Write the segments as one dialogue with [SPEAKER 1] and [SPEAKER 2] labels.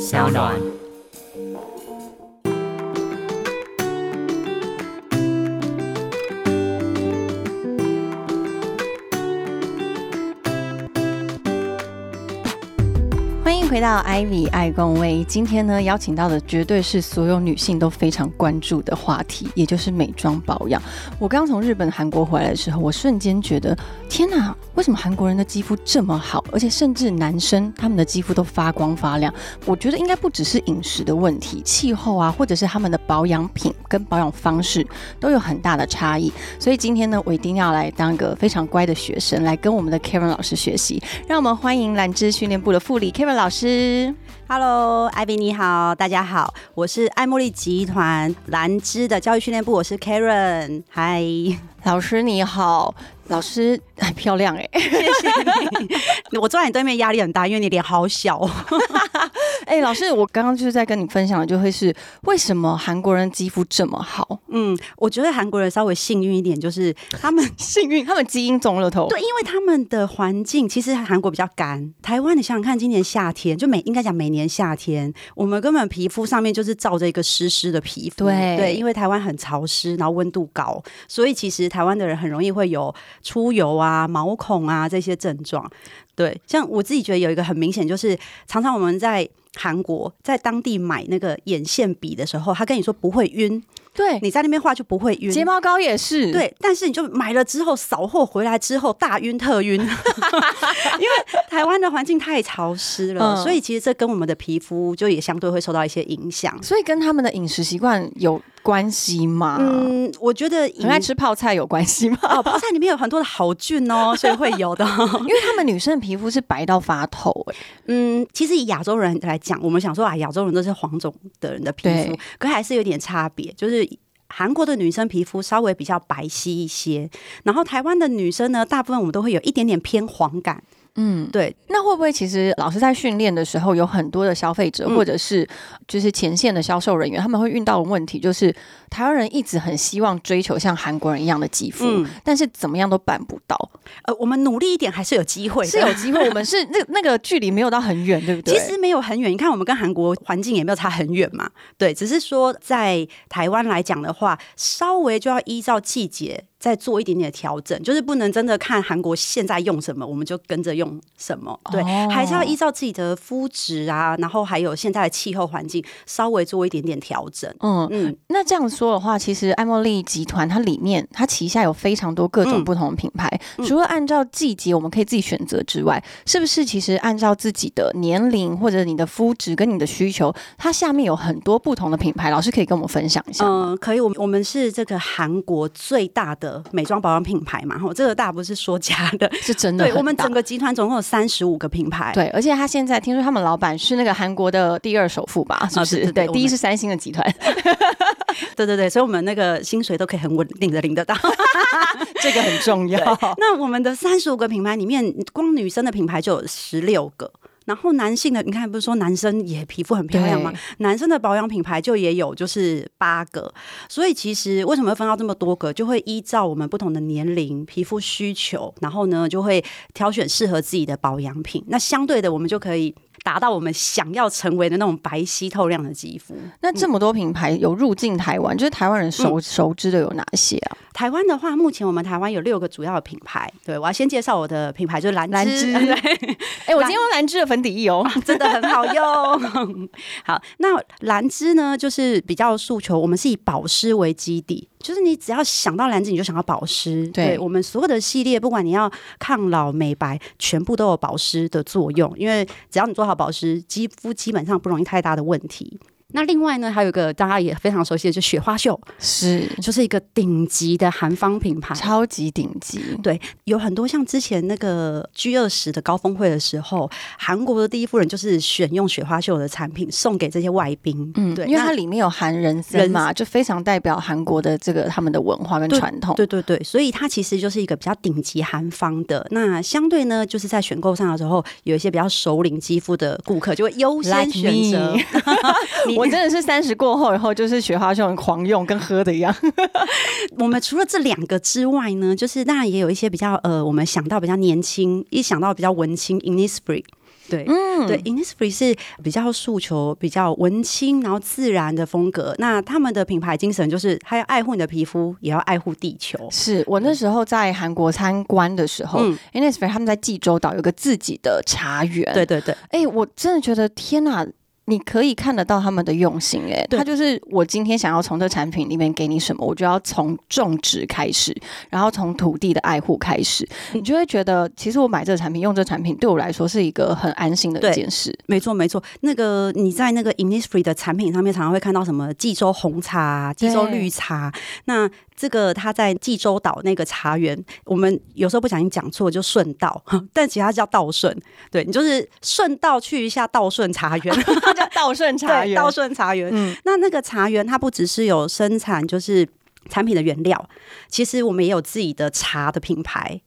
[SPEAKER 1] 小暖。
[SPEAKER 2] 欢迎回到 Ivy 爱公微，今天呢邀请到的绝对是所有女性都非常关注的话题，也就是美妆保养。我刚从日本、韩国回来的时候，我瞬间觉得，天哪，为什么韩国人的肌肤这么好？而且甚至男生他们的肌肤都发光发亮。我觉得应该不只是饮食的问题，气候啊，或者是他们的保养品跟保养方式都有很大的差异。所以今天呢，我一定要来当个非常乖的学生，来跟我们的 Karen 老师学习。让我们欢迎兰芝训练部的副理 Karen 老师。
[SPEAKER 3] Hello，艾比你好，大家好，我是爱茉莉集团兰芝的教育训练部，我是 Karen。嗨，
[SPEAKER 2] 老师你好，老师很漂亮哎、欸，
[SPEAKER 3] 谢谢你。我坐在你对面压力很大，因为你脸好小。
[SPEAKER 2] 哎、老师，我刚刚就是在跟你分享的，就会是为什么韩国人肌肤这么好？
[SPEAKER 3] 嗯，我觉得韩国人稍微幸运一点，就是他们
[SPEAKER 2] 幸运，他们基因中了头。
[SPEAKER 3] 对，因为他们的环境其实韩国比较干，台湾你想想看，今年夏天就每应该讲每年夏天，我们根本皮肤上面就是罩着一个湿湿的皮肤，
[SPEAKER 2] 对
[SPEAKER 3] 对，因为台湾很潮湿，然后温度高，所以其实台湾的人很容易会有出油啊、毛孔啊这些症状。对，像我自己觉得有一个很明显，就是常常我们在韩国在当地买那个眼线笔的时候，他跟你说不会晕，
[SPEAKER 2] 对，
[SPEAKER 3] 你在那边画就不会晕，
[SPEAKER 2] 睫毛膏也是。，
[SPEAKER 3] 对，但是你就买了之后，扫货回来之后大晕特晕，因 为台湾的环境太潮湿了，
[SPEAKER 2] 嗯
[SPEAKER 3] 所以其实这跟我们的皮肤就也相对会受到一些影响。
[SPEAKER 2] 所以跟他们的饮食习惯有关系吗？
[SPEAKER 3] 嗯，我觉得
[SPEAKER 2] 很爱吃泡菜有关系吗？
[SPEAKER 3] 哦，泡菜里面有很多的好菌哦，所以会有的。
[SPEAKER 2] 因为他们女生的皮肤是白到发透、欸，
[SPEAKER 3] 嗯，其实以亚洲人来讲，我们想说啊，亚洲人都是黄种的人的皮肤
[SPEAKER 2] 对，
[SPEAKER 3] 可还是有点差别，就是。韩国的女生皮肤稍微比较白皙一些，然后台湾的女生呢，大部分我们都会有一点点偏黄感，
[SPEAKER 2] 嗯，
[SPEAKER 3] 对，
[SPEAKER 2] 那会不会其实老师在训练的时候，有很多的消费者
[SPEAKER 3] 嗯
[SPEAKER 2] 或者是就是前线的销售人员，他们会遇到的问题，就是台湾人一直很希望追求像韩国人一样的肌肤，
[SPEAKER 3] 嗯
[SPEAKER 2] 但是怎么样都办不到。
[SPEAKER 3] 呃，我们努力一点还是有机会的，
[SPEAKER 2] 是有机会，我们是那那个距离没有到很远，对不对？
[SPEAKER 3] 其实没有很远，你看我们跟韩国环境也没有差很远嘛，对，只是说在台湾来讲的话，稍微就要依照季节再做一点点调整，就是不能真的看韩国现在用什么我们就跟着用什么，对，
[SPEAKER 2] 哦
[SPEAKER 3] 还是要依照自己的肤质啊，然后还有现在的气候环境稍微做一点点调整，
[SPEAKER 2] 嗯。
[SPEAKER 3] 嗯。
[SPEAKER 2] 那这样说的话，其实爱茉莉集团它里面它旗下有非常多各种
[SPEAKER 3] 嗯
[SPEAKER 2] 不同的品牌，
[SPEAKER 3] 嗯
[SPEAKER 2] 除了按照季节我们可以自己选择之外，是不是其实按照自己的年龄或者你的肤质跟你的需求，它下面有很多不同的品牌，老师可以跟我们分享一下吗。
[SPEAKER 3] 嗯，可以，我们我们是这个韩国最大的美妆保养品牌嘛，吼，这个大不是说假的，
[SPEAKER 2] 是真的很
[SPEAKER 3] 对
[SPEAKER 2] 大，
[SPEAKER 3] 我们整个集团总共有三十五个品牌，
[SPEAKER 2] 对，而且他现在听说他们老板是那个韩国的第二首富吧？是不是？
[SPEAKER 3] 啊对对对我
[SPEAKER 2] 第一
[SPEAKER 3] 们
[SPEAKER 2] 是三星的集团，
[SPEAKER 3] 对对对，所以我们那个薪水都可以很稳定的领得到。
[SPEAKER 2] 这个很重要。
[SPEAKER 3] 那我们的三十五个品牌里面，光女生的品牌就有十六个。然后男性的，你看不是说男生也皮肤很漂亮吗
[SPEAKER 2] 对？
[SPEAKER 3] 男生的保养品牌就也有就是八个，所以其实为什么会分到这么多个，就会依照我们不同的年龄、皮肤需求，然后呢就会挑选适合自己的保养品。那相对的，我们就可以达到我们想要成为的那种白皙透亮的肌肤。
[SPEAKER 2] 那这么多品牌有入境台湾，就是台湾人
[SPEAKER 3] 嗯
[SPEAKER 2] 熟、熟知的有哪些啊？
[SPEAKER 3] 台湾的话，目前我们台湾有六个主要的品牌。对，我要先介绍我的品牌，就是兰芝，
[SPEAKER 2] 兰芝
[SPEAKER 3] 对，
[SPEAKER 2] 哎、我今天用兰芝的粉底液哦。
[SPEAKER 3] 真的很好用。 好，那兰芝呢，就是比较诉求，我们是以保湿为基底，就是你只要想到兰芝，你就想到保湿。
[SPEAKER 2] 对
[SPEAKER 3] 我们所有的系列，不管你要抗老、美白，全部都有保湿的作用，因为只要你做好保湿，肌肤基本上不容易太大的问题。那另外呢，还有一个大家也非常熟悉的，就是雪花秀，
[SPEAKER 2] 是
[SPEAKER 3] 就是一个顶级的韩方品牌，
[SPEAKER 2] 超级顶级，
[SPEAKER 3] 对，有很多像之前那个 G 二十的高峰会的时候，韩国的第一夫人就是选用雪花秀的产品送给这些外宾，
[SPEAKER 2] 嗯，
[SPEAKER 3] 对，
[SPEAKER 2] 因为
[SPEAKER 3] 那
[SPEAKER 2] 它里面有含人参嘛，就非常代表韩国的这个他们的文化跟传统。
[SPEAKER 3] 对对对，所以它其实就是一个比较顶级韩方的。那相对呢，就是在选购上的时候，有一些比较熟龄肌肤的顾客就会优先
[SPEAKER 2] Like
[SPEAKER 3] 选择。 你
[SPEAKER 2] 我真的是三十过后，然后就是雪花秀很狂用，跟喝的一样。
[SPEAKER 3] 我们除了这两个之外呢，就是当然也有一些比较呃，我们想到比较年轻，一想到比较文青 Innisfree。对，
[SPEAKER 2] 嗯
[SPEAKER 3] 对，Innisfree 是比较诉求比较文青，然后自然的风格。那他们的品牌精神就是，他要爱护你的皮肤，也要爱护地球。
[SPEAKER 2] 是我那时候在韩国参观的时候、
[SPEAKER 3] 嗯
[SPEAKER 2] i n n i s f r e e 他们在济州岛有个自己的茶园。
[SPEAKER 3] 对，对对，
[SPEAKER 2] 哎、我真的觉得天哪、你可以看得到他们的用心、哎，
[SPEAKER 3] 对
[SPEAKER 2] 他就是我今天想要从这产品里面给你什么，我就要从种植开始，然后从土地的爱护开始，你就会觉得，其实我买这个产品、用这个产品，对我来说是一个很安心的
[SPEAKER 3] 对
[SPEAKER 2] 一件事。
[SPEAKER 3] 没错没错。那个你在那个 Innisfree 的产品上面，常常会看到什么济州红茶啊、济州绿茶。那这个他在济州岛那个茶园，我们有时候不小心讲错就顺道， 但其实它叫道顺。对你就是顺道去一下道顺茶园，
[SPEAKER 2] 它叫稻盛茶
[SPEAKER 3] 对，
[SPEAKER 2] 园，
[SPEAKER 3] 道顺茶园。
[SPEAKER 2] 嗯，
[SPEAKER 3] 那那个茶园它不只是有生产，就是。产品的原料，其实我们也有自己的茶的品牌，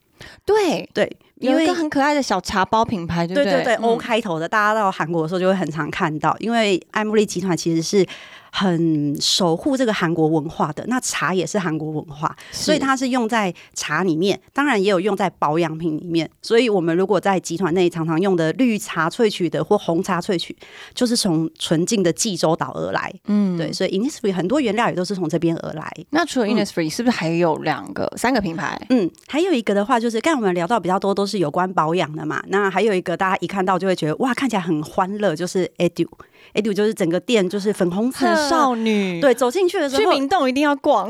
[SPEAKER 2] 对，
[SPEAKER 3] 对，因
[SPEAKER 2] 有
[SPEAKER 3] 为
[SPEAKER 2] 一个很可爱的小茶包品牌，对
[SPEAKER 3] 对
[SPEAKER 2] 不对
[SPEAKER 3] 对对、
[SPEAKER 2] 嗯
[SPEAKER 3] o 开头的，大家到韩国的时候就会很常看到，因为爱茉莉集团其实是很守护这个韩国文化的，那茶也是韩国文化，所以
[SPEAKER 2] 是
[SPEAKER 3] 它是用在茶里面，当然也有用在保养品里面。所以我们如果在集团内常常用的绿茶萃取的或红茶萃取，就是从纯净的济州岛而来。
[SPEAKER 2] 嗯
[SPEAKER 3] 对，。所以 Innisfree 很多原料也都是从这边而来。
[SPEAKER 2] 那除了 Innisfree，、是不是还有两个、三个品牌？
[SPEAKER 3] 嗯，还有一个的话就是，刚才我们聊到比较多都是有关保养的嘛。那还有一个大家一看到就会觉得哇，看起来很欢乐，就是 Edu，Edu 就是整个店就是粉红色，
[SPEAKER 2] 很少女，，
[SPEAKER 3] 对，走进去的时
[SPEAKER 2] 去
[SPEAKER 3] 候，
[SPEAKER 2] 明洞一定要逛。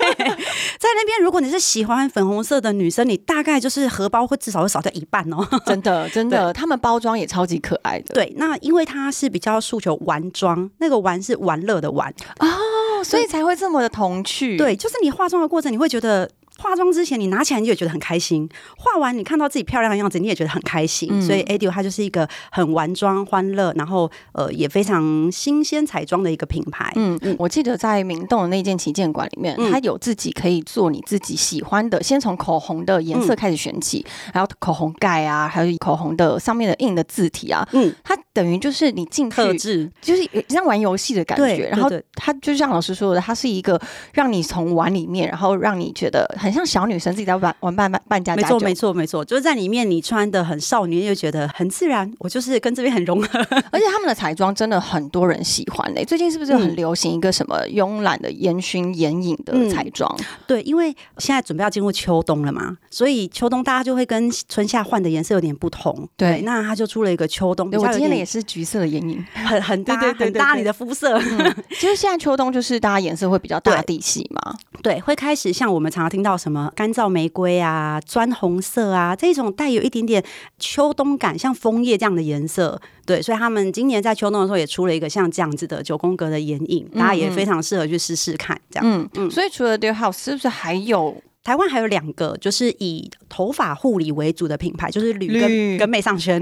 [SPEAKER 3] 在那边如果你是喜欢粉红色的女生，你大概就是荷包会至少会少掉一半哦。
[SPEAKER 2] 真的，真的，他们包装也超级可爱的。
[SPEAKER 3] 对，那因为它是比较诉求玩妆，那个玩是玩乐的玩，
[SPEAKER 2] 哦，所以才会这么的童趣。，
[SPEAKER 3] 对，就是你化妆的过程，你会觉得化妆之前你拿起来你也觉得很开心，化完你看到自己漂亮的样子，你也觉得很开心。
[SPEAKER 2] 嗯
[SPEAKER 3] 所以 Adio 它就是一个很玩妆、欢乐，然后呃也非常新鲜彩妆的一个品牌。
[SPEAKER 2] 嗯，我记得在明洞的那间旗舰馆里面，
[SPEAKER 3] 嗯
[SPEAKER 2] 它有自己可以做你自己喜欢的，先从口红的颜
[SPEAKER 3] 嗯
[SPEAKER 2] 色开始选起，还有口红盖啊，还有口红的上面的印的字体啊，
[SPEAKER 3] 嗯，
[SPEAKER 2] 它等于就是你进
[SPEAKER 3] 特
[SPEAKER 2] 去。
[SPEAKER 3] 质
[SPEAKER 2] 就是有像玩游戏的感
[SPEAKER 3] 对
[SPEAKER 2] 觉，
[SPEAKER 3] 对
[SPEAKER 2] 然后
[SPEAKER 3] 对
[SPEAKER 2] 它就像老师说的，它是一个让你从玩里面，然后让你觉得很像小女生自己在玩玩扮扮扮家
[SPEAKER 3] 没
[SPEAKER 2] 家酒
[SPEAKER 3] 错，，没错，没错，就是在里面你穿的很少女，你就觉得很自然，我就是跟这边很融合。
[SPEAKER 2] 而且他们的彩妆真的很多人喜欢嘞、最近是不是很
[SPEAKER 3] 嗯
[SPEAKER 2] 流行一个什么慵懒的烟熏眼影的彩妆？
[SPEAKER 3] 对，因为现在准备要进入秋冬了嘛，所以秋冬大家就会跟春夏换的颜色有点不同。
[SPEAKER 2] 对
[SPEAKER 3] 那它就出了一个秋冬，比
[SPEAKER 2] 对，我
[SPEAKER 3] 较有
[SPEAKER 2] 今天的也
[SPEAKER 3] 点
[SPEAKER 2] 是橘色的眼影。
[SPEAKER 3] 很很搭，
[SPEAKER 2] 对对对
[SPEAKER 3] 很
[SPEAKER 2] 对
[SPEAKER 3] 搭
[SPEAKER 2] 对
[SPEAKER 3] 你的肤色。
[SPEAKER 2] 其实现在秋冬就是大家颜色会比较大地系嘛，
[SPEAKER 3] 对，会开始像我们常常听到什么干燥玫瑰啊、砖红色啊这种带有一点点秋冬感，像枫叶这样的颜色。对，所以他们今年在秋冬的时候也出了一个像这样子的九宫格的眼影，大家也非常适合去试试看。这样，
[SPEAKER 2] 嗯嗯。所以除了 Dear House，是不是 还有
[SPEAKER 3] 台湾还有两个就是以头发护理为主的品牌，就是吕
[SPEAKER 2] 吕
[SPEAKER 3] 跟跟美尚轩，？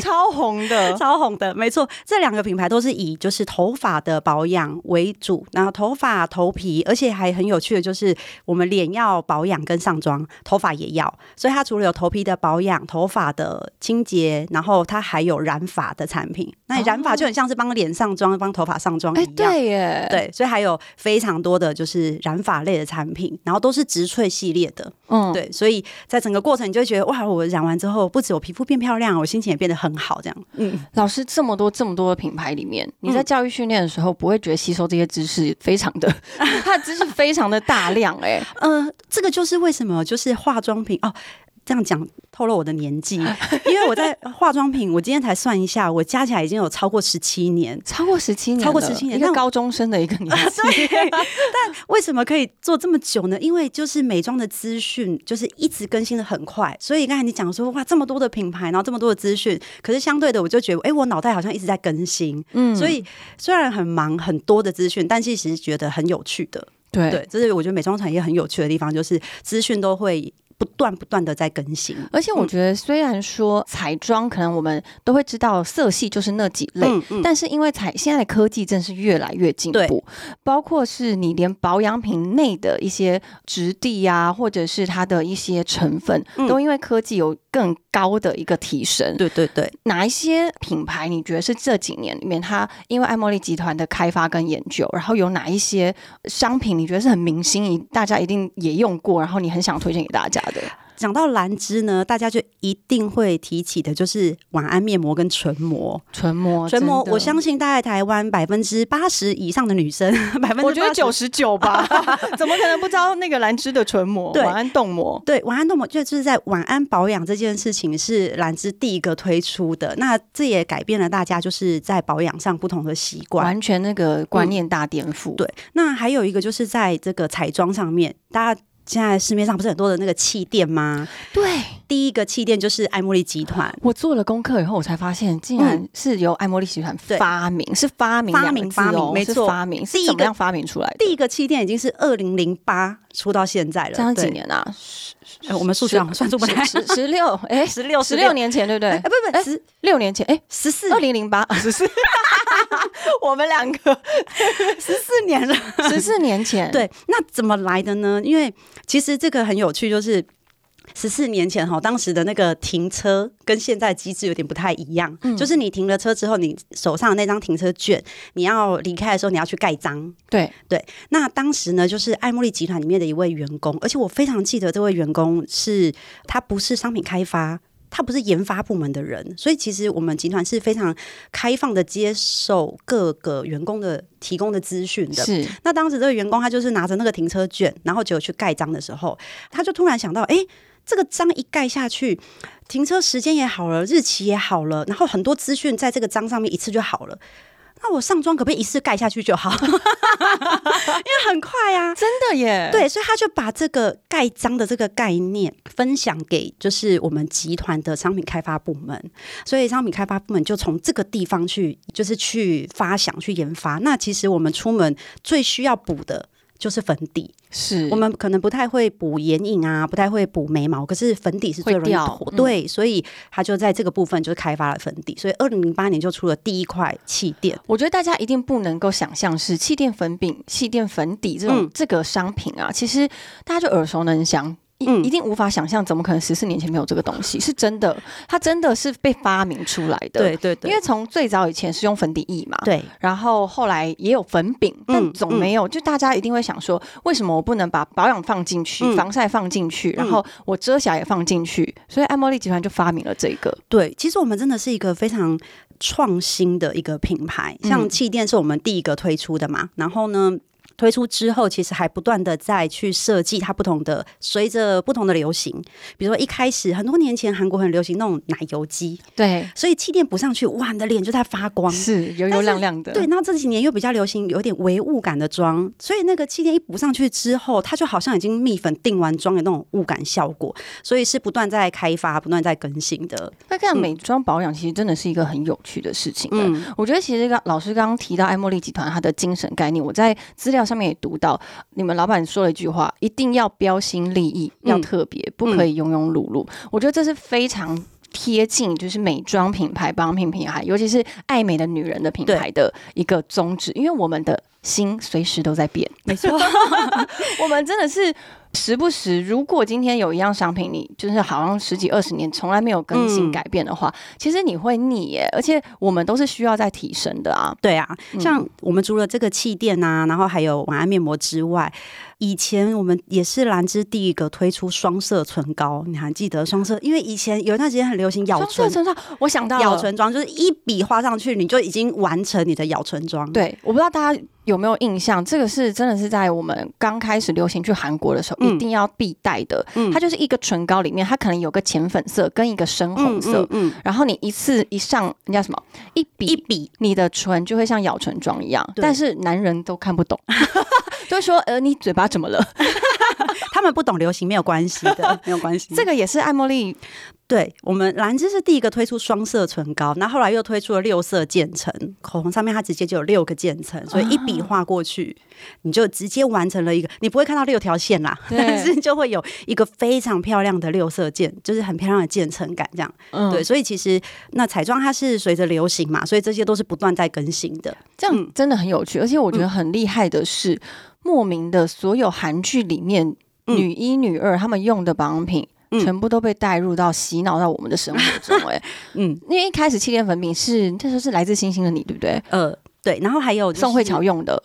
[SPEAKER 2] 超红的
[SPEAKER 3] 超红的，没错，这两个品牌都是以就是头发的保养为主，然后头发、头皮，而且还很有趣的就是，我们脸要保养跟上妆，头发也要，所以它除了有头皮的保养、头发的清洁，然后它还有染发的产品。那你染发就很像是帮脸上妆、帮头发上妆
[SPEAKER 2] 哎、
[SPEAKER 3] 一样。
[SPEAKER 2] 对耶，
[SPEAKER 3] 对，所以还有非常多的就是染发类的产品，然后都是植萃系列的，
[SPEAKER 2] 嗯，
[SPEAKER 3] 对，所以在整个过程你就会觉得哇，我染完之后，不止我皮肤变漂亮，我心情也变得很好，这样，嗯。
[SPEAKER 2] 老师这么多这么多的品牌里面，你在教育训练的时候，不会觉得吸收这些知识非常 的，它的知识非常的大量哎、
[SPEAKER 3] 呃，这个就是为什么就是化妆品哦。这样讲透露我的年纪，因为我 在化妆品，我今天才算一下，我加起来已经有超过十七年。
[SPEAKER 2] 超过十七年了，
[SPEAKER 3] 超过17年
[SPEAKER 2] 一个
[SPEAKER 3] 那我
[SPEAKER 2] 高中生的一个 年纪，
[SPEAKER 3] 为什么可以做这么久呢？因为就是美妆的资讯就是一直更新的很快，所以刚才你讲说哇这么多的品牌，然后这么多的资讯，可是相对的我就觉得，哎、我脑袋好像一直在更新，
[SPEAKER 2] 嗯
[SPEAKER 3] 所以虽然很忙很多的资讯，但其实觉得很有趣的。
[SPEAKER 2] 对
[SPEAKER 3] 对，这是我觉得美妆产业很有趣的地方，就是资讯都会不断不断的在更新。
[SPEAKER 2] 而且我觉得，虽然说彩妆可能我们都会知道色系就是那几类，
[SPEAKER 3] 嗯嗯
[SPEAKER 2] 但是因为彩现在的科技真是越来越进步
[SPEAKER 3] 对，
[SPEAKER 2] 包括是你连保养品内的一些质地啊，或者是它的一些成分，
[SPEAKER 3] 嗯
[SPEAKER 2] 都因为科技有更高的一个提升。
[SPEAKER 3] 对对对，
[SPEAKER 2] 哪一些品牌你觉得是这几年里面，它因为爱茉莉集团的开发跟研究，然后有哪一些商品你觉得是很明星，你大家一定也用过，然后你很想推荐给大家的？
[SPEAKER 3] 讲到兰芝呢，大家就一定会提起的就是晚安面膜跟唇膜。
[SPEAKER 2] 唇膜，
[SPEAKER 3] 唇膜，
[SPEAKER 2] 真的
[SPEAKER 3] 我相信大概台湾哦百分之八十以上的女生，百分之
[SPEAKER 2] 我觉得九十 九吧，怎么可能不知道那个兰芝的唇膜、
[SPEAKER 3] 对
[SPEAKER 2] 晚安冻膜？
[SPEAKER 3] 对，晚安冻膜就是在晚安保养这件事情是兰芝第一个推出的，那这也改变了大家就是在保养上不同的习惯。
[SPEAKER 2] 完全那个观念大颠覆，
[SPEAKER 3] 嗯对，那还有一个就是在这个彩妆上面，大家。现在市面上不是很多的那个气垫吗？
[SPEAKER 2] 对，
[SPEAKER 3] 第一个气垫就是爱茉莉集团
[SPEAKER 2] 我做了功课以后，我才发现竟然是由爱茉莉集团
[SPEAKER 3] 对
[SPEAKER 2] 发明，是发明两个字
[SPEAKER 3] 发明发
[SPEAKER 2] 哦
[SPEAKER 3] 明，没
[SPEAKER 2] 是
[SPEAKER 3] 错
[SPEAKER 2] 发明
[SPEAKER 3] 第
[SPEAKER 2] 是
[SPEAKER 3] 一
[SPEAKER 2] 怎么
[SPEAKER 3] 个
[SPEAKER 2] 样发明出来的？
[SPEAKER 3] 第一个气垫已经是二零零八出到现在了，
[SPEAKER 2] 这样
[SPEAKER 3] 对
[SPEAKER 2] 几？年啊？
[SPEAKER 3] 呃我们数学好像算出不来，
[SPEAKER 2] 十十六，哎，
[SPEAKER 3] 十六
[SPEAKER 2] 十六，年前对不
[SPEAKER 3] 哎
[SPEAKER 2] 对
[SPEAKER 3] 哎？不
[SPEAKER 2] 哎
[SPEAKER 3] 不十
[SPEAKER 2] 六年前，哎，
[SPEAKER 3] 十四
[SPEAKER 2] 二零零八，十四， 我们 两个
[SPEAKER 3] 十四年了。
[SPEAKER 2] 十四年前，，
[SPEAKER 3] 对，那怎么来的呢？因为其实这个很有趣，就是。十四年前哈，当时的那个停车跟现在机制有点不太一样，
[SPEAKER 2] 嗯
[SPEAKER 3] 就是你停了车之后，你手上的那张停车券，你要离开的时候，你要去盖章。
[SPEAKER 2] 对，
[SPEAKER 3] 那当时呢，就是爱茉莉集团里面的一位员工，而且我非常记得这位员工是他不是商品开发，他不是研发部门的人，所以其实我们集团是非常开放的接受各个员工的提供的资讯的。
[SPEAKER 2] 是
[SPEAKER 3] 那当时这个员工他就是拿着那个停车券，然后结果去盖章的时候，他就突然想到，哎、这个章一盖下去，停车时间也好了，日期也好了，然后很多资讯在这个章上面一次就好了。那我上妆可不可以一次盖下去就好？ 因为很快啊。
[SPEAKER 2] 真的耶，，
[SPEAKER 3] 对，所以他就把这个盖章的这个概念分享给就是我们集团的商品开发部门，所以商品开发部门就从这个地方去就是去发想去研发。那其实我们出门最需要补的。就是粉底，
[SPEAKER 2] 是
[SPEAKER 3] 我们可能不太会补眼影啊，不太会补眉毛，可是粉底是最
[SPEAKER 2] 会
[SPEAKER 3] 容易
[SPEAKER 2] 掉
[SPEAKER 3] 脱。
[SPEAKER 2] 嗯
[SPEAKER 3] 对，所以他就在这个部分就开发了粉底，所以二零零八年就出了第一块气垫。
[SPEAKER 2] 我觉得大家一定不能够想象是气垫粉饼、气垫粉底这种、
[SPEAKER 3] 嗯
[SPEAKER 2] 这个商品啊，其实大家就耳熟能详。一
[SPEAKER 3] 嗯
[SPEAKER 2] 一定无法想象，怎么可能十四年前没有这个东 西？是真的，它真的是被发明出来的。，
[SPEAKER 3] 对对
[SPEAKER 2] 因为从最早以前是用粉底液嘛，
[SPEAKER 3] 对
[SPEAKER 2] 然后后来也有粉饼，但
[SPEAKER 3] 嗯
[SPEAKER 2] 总没有。就大家一定会想说，为什么我不能把保养放进去、
[SPEAKER 3] 嗯
[SPEAKER 2] 防晒放进去，然后我遮瑕也放进去？所以爱茉莉集团就发明了这个。
[SPEAKER 3] 对，其实我们真的是一个非常创新的一个品牌，像气垫是我们第一个推出的嘛，然后呢。推出之后，其实还不断的在去设计它不同的，随着不同的流行，比如说一开始很多年前韩国很流行那种奶油肌，
[SPEAKER 2] 对，
[SPEAKER 3] 所以气垫补上去，哇，你的脸就在发光。
[SPEAKER 2] 是油油
[SPEAKER 3] 但是
[SPEAKER 2] 亮亮的。
[SPEAKER 3] 对，，然后这几年又比较流行有点唯物感的妆，所以那个气垫一补上去之后，它就好像已经蜜粉定完妆的那种雾感效果，所以是不断在开发、不断在更新的。
[SPEAKER 2] 那看美妆保养其实真的是一个很有趣的事情。嗯，
[SPEAKER 3] 嗯，
[SPEAKER 2] 我觉得其实刚老师刚刚提到爱茉莉集团它的精神概念，我在资料上面也读到，你们老板说了一句话，一定要标新立异，
[SPEAKER 3] 嗯
[SPEAKER 2] 要特别，不可以庸庸碌碌。我觉得这是非常。贴近就是美妆品牌、保养品品牌，尤其是爱美的女人的品牌的一个宗旨，因为我们的心随时都在变，
[SPEAKER 3] 没错。
[SPEAKER 2] 我们真的是时不时，如果今天有一样商品，你就是好像十几二十年从来没有更新
[SPEAKER 3] 嗯
[SPEAKER 2] 改变的话，其实你会腻耶。而且我们都是需要再提升的啊。
[SPEAKER 3] 对啊，像我们除了这个气垫啊，然后还有晚安面膜之外，以前我们也是兰芝第一个推出双色唇膏，你还记得双色？因为以前有一段时间很流行咬
[SPEAKER 2] 双色
[SPEAKER 3] 唇，
[SPEAKER 2] 唇上，我想到了
[SPEAKER 3] 咬，唇妆就是一笔画上去，你就已经完成你的咬唇妆。，
[SPEAKER 2] 对，我不知道大家有没有印象，这个是真的是在我们刚开始流行去韩国的时候，
[SPEAKER 3] 嗯
[SPEAKER 2] 一定要必带的。
[SPEAKER 3] 嗯
[SPEAKER 2] 它就是一个唇膏里面，它可能有个浅粉色跟一个深红色。
[SPEAKER 3] 嗯，
[SPEAKER 2] 然后你一次一上，那叫什么？一笔
[SPEAKER 3] 一笔
[SPEAKER 2] 你的唇就会像咬唇妆一样，
[SPEAKER 3] 对
[SPEAKER 2] 但是男人都看不 懂，就会说：“呃，你嘴巴怎么了
[SPEAKER 3] 他们不懂流行没有关系 的，没有关？”系。
[SPEAKER 2] 这个也是爱茉莉，
[SPEAKER 3] 对我们兰芝是第一个推出双色唇膏，那后来又推出了六色渐层口红，上面它直接就有六个渐层，所以一
[SPEAKER 2] 啊
[SPEAKER 3] 笔画过去，你就直接完成了一个，你不会看到六条线啦，
[SPEAKER 2] 对
[SPEAKER 3] 但是就会有一个非常漂亮的六色渐，就是很漂亮的渐层感这样。
[SPEAKER 2] 嗯
[SPEAKER 3] 对，，所以其实那彩妆它是随着流行嘛，所以这些都是不断在更新的。
[SPEAKER 2] 这
[SPEAKER 3] 嗯
[SPEAKER 2] 样真的很有趣，而且我觉得很厉害的是，莫名的所有韩剧里面、
[SPEAKER 3] 嗯
[SPEAKER 2] 女一、女二他们用的保养品。
[SPEAKER 3] 嗯
[SPEAKER 2] 全部都被带入到洗脑到我们的生活中、 哎，
[SPEAKER 3] 嗯，
[SPEAKER 2] 因为一开始气垫粉饼是那时候是来自星星的你，对不对？
[SPEAKER 3] 呃，对，然后还有、就是、
[SPEAKER 2] 宋慧乔用的，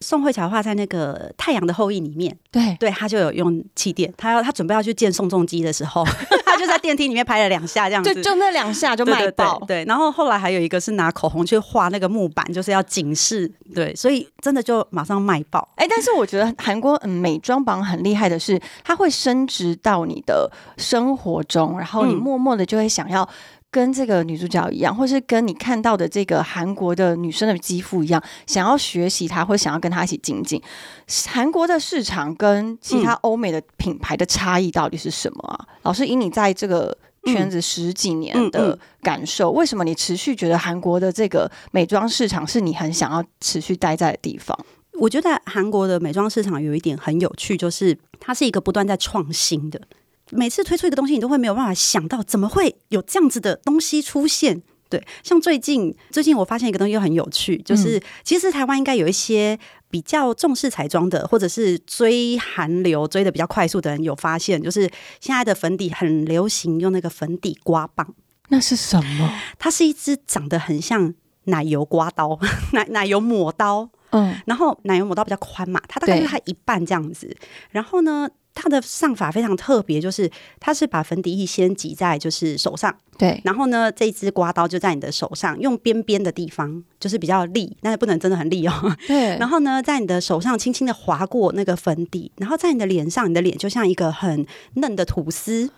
[SPEAKER 3] 宋慧乔画在那个《太阳的后裔》里面，
[SPEAKER 2] 对，
[SPEAKER 3] 对他就有用气垫，他要他准备要去见宋仲基的时候， 他就在电梯里面拍了两下这样子，
[SPEAKER 2] 就就那两下就
[SPEAKER 3] 对
[SPEAKER 2] 卖爆。
[SPEAKER 3] 对对对。然后后来还有一个是拿口红去画那个木板，就是要警示，对，所以真的就马上卖爆。
[SPEAKER 2] 哎、但是我觉得韩国嗯美妆榜很厉害的是，它会升值到你的生活中，然后你
[SPEAKER 3] 嗯
[SPEAKER 2] 默默的就会想要跟这个女主角一样，或是跟你看到的这个韩国的女生的肌肤一样，想要学习她，或想要跟她一起精进。韩国的市场跟其
[SPEAKER 3] 嗯
[SPEAKER 2] 他欧美的品牌的差异到底是什么啊？老师，以你在这个。圈子十几年
[SPEAKER 3] 嗯嗯嗯
[SPEAKER 2] 的感受，为什么你持续觉得韩国的这个美妆市场是你很想要持续待在的地方？
[SPEAKER 3] 我觉得韩国的美妆市场有一点很有趣，就是它是一个不断在创新的，每次推出一个东西，你都会没有办法想到怎么会有这样子的东西出现。对，像最近最近我发现一个东西很有趣，就是、其实台湾应该有一些比较重视彩妆的，或者是追韩流追的比较快速的人，有发现就是现在的粉底很流行用那个粉底刮棒。
[SPEAKER 2] 那是什么？
[SPEAKER 3] 它是一支长得很像奶油刮刀、 奶奶油抹刀，
[SPEAKER 2] 嗯，
[SPEAKER 3] 然后奶油抹刀比较宽嘛，它大概
[SPEAKER 2] 对
[SPEAKER 3] 就是它一半这样子。然后呢，它的上法非常特别，就是它是把粉底液先挤在就是手上，
[SPEAKER 2] 对，
[SPEAKER 3] 然后呢，这一支刮刀就在你的手上，用边边的地方就是比较利，但是不能真的很利哦。
[SPEAKER 2] 对，
[SPEAKER 3] 然
[SPEAKER 2] 后
[SPEAKER 3] 后呢，在你的手上轻轻的划过那个粉底，然后在你的脸上，你的脸就像一个很嫩的吐司，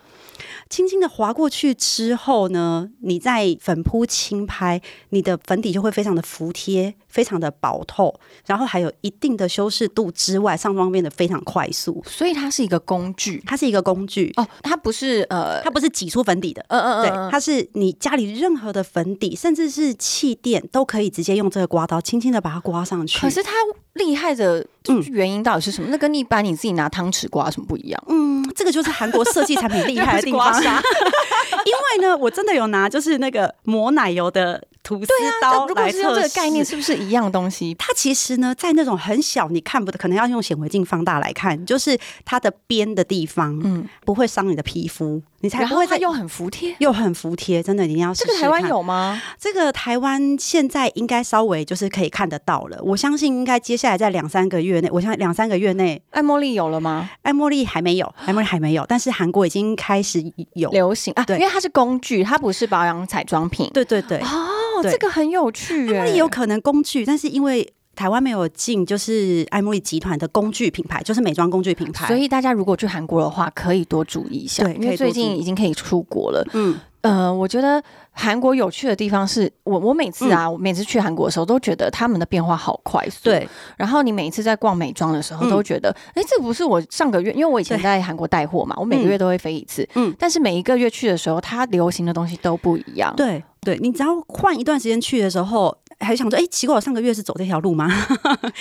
[SPEAKER 3] 轻轻的划过去之后呢，你在粉扑轻拍，你的粉底就会非常的服帖，非常的薄透，然后还有一定的修饰度之外，上妆变得非常快速。
[SPEAKER 2] 所以它是一个工具
[SPEAKER 3] 它是一个工具，
[SPEAKER 2] 哦，它不是呃，
[SPEAKER 3] 它不是挤出粉底的。
[SPEAKER 2] 嗯嗯
[SPEAKER 3] 对，
[SPEAKER 2] 嗯嗯，
[SPEAKER 3] 它是你家里任何的粉底，甚至是气垫，都可以直接用这个刮刀轻轻的把它刮上去。
[SPEAKER 2] 可是它厉害的
[SPEAKER 3] 嗯
[SPEAKER 2] 原因到底是什么？那跟一般你自己拿汤匙刮有什么不 一样？啊
[SPEAKER 3] 嗯，这个就是韩国设计产品厉害的 地
[SPEAKER 2] 就
[SPEAKER 3] 方
[SPEAKER 2] 不是。刮痧
[SPEAKER 3] 因为呢，我真的有拿就是那个抹奶油的吐司
[SPEAKER 2] 那
[SPEAKER 3] 刀
[SPEAKER 2] 如果
[SPEAKER 3] 来
[SPEAKER 2] 是用
[SPEAKER 3] 测
[SPEAKER 2] 这
[SPEAKER 3] 试
[SPEAKER 2] 个概念，。是不是一样东西？
[SPEAKER 3] 它其实呢，在那种很小你看不得，可能要用显微镜放大来看，就是它的边的地方，
[SPEAKER 2] 嗯
[SPEAKER 3] 嗯，不会伤你的皮肤，你才
[SPEAKER 2] 然
[SPEAKER 3] 不
[SPEAKER 2] 后
[SPEAKER 3] 会
[SPEAKER 2] 它
[SPEAKER 3] 再
[SPEAKER 2] 又很服帖，
[SPEAKER 3] 又很服帖，真的你要试
[SPEAKER 2] 这
[SPEAKER 3] 试
[SPEAKER 2] 个台湾
[SPEAKER 3] 看
[SPEAKER 2] 有吗？
[SPEAKER 3] 这个台湾现在应该稍微就是可以看得到了，我相信应该接下来在两三个月内，我相信两三个月内，
[SPEAKER 2] 爱茉莉有了吗？
[SPEAKER 3] 爱茉莉还没有，爱茉莉还没有，但是韩国已经开始有。
[SPEAKER 2] 流行啊，因
[SPEAKER 3] 对
[SPEAKER 2] 为它是工具，它不是保养彩妆品。
[SPEAKER 3] 对对对，
[SPEAKER 2] 哦，
[SPEAKER 3] 对
[SPEAKER 2] 这个很有趣耶，
[SPEAKER 3] 爱茉莉有可能工具，但是因为台湾没有进，就是爱茉莉集团的工具品牌，就是美妆工具品牌。
[SPEAKER 2] 所，以大家如果去韩国的话，可以多注意一下，
[SPEAKER 3] 对
[SPEAKER 2] 因
[SPEAKER 3] 可
[SPEAKER 2] 为
[SPEAKER 3] 以
[SPEAKER 2] 最
[SPEAKER 3] 多注
[SPEAKER 2] 近
[SPEAKER 3] 意
[SPEAKER 2] 已经可以出国了。
[SPEAKER 3] 嗯，
[SPEAKER 2] 呃，我觉得韩国有趣的地方是我我每次啊，我每次去韩国的时候都觉得他们的变化好快速。。
[SPEAKER 3] 嗯对，
[SPEAKER 2] 然后你每一次在逛美妆的时候，都
[SPEAKER 3] 嗯
[SPEAKER 2] 觉得，哎、这不是我上个月，因为我以前
[SPEAKER 3] 对
[SPEAKER 2] 在韩国带货嘛，我每个
[SPEAKER 3] 嗯
[SPEAKER 2] 月都会飞一次。嗯
[SPEAKER 3] 嗯。
[SPEAKER 2] 但是每一个月去的时候，它流行的东西都不一样。。
[SPEAKER 3] 对，对，你只要换一段时间去的时候，还想说，哎、奇怪，我上个月是走这条路吗？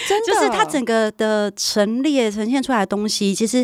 [SPEAKER 2] 真的。
[SPEAKER 3] 就是它整个的陈列呈现出来的东西，其实。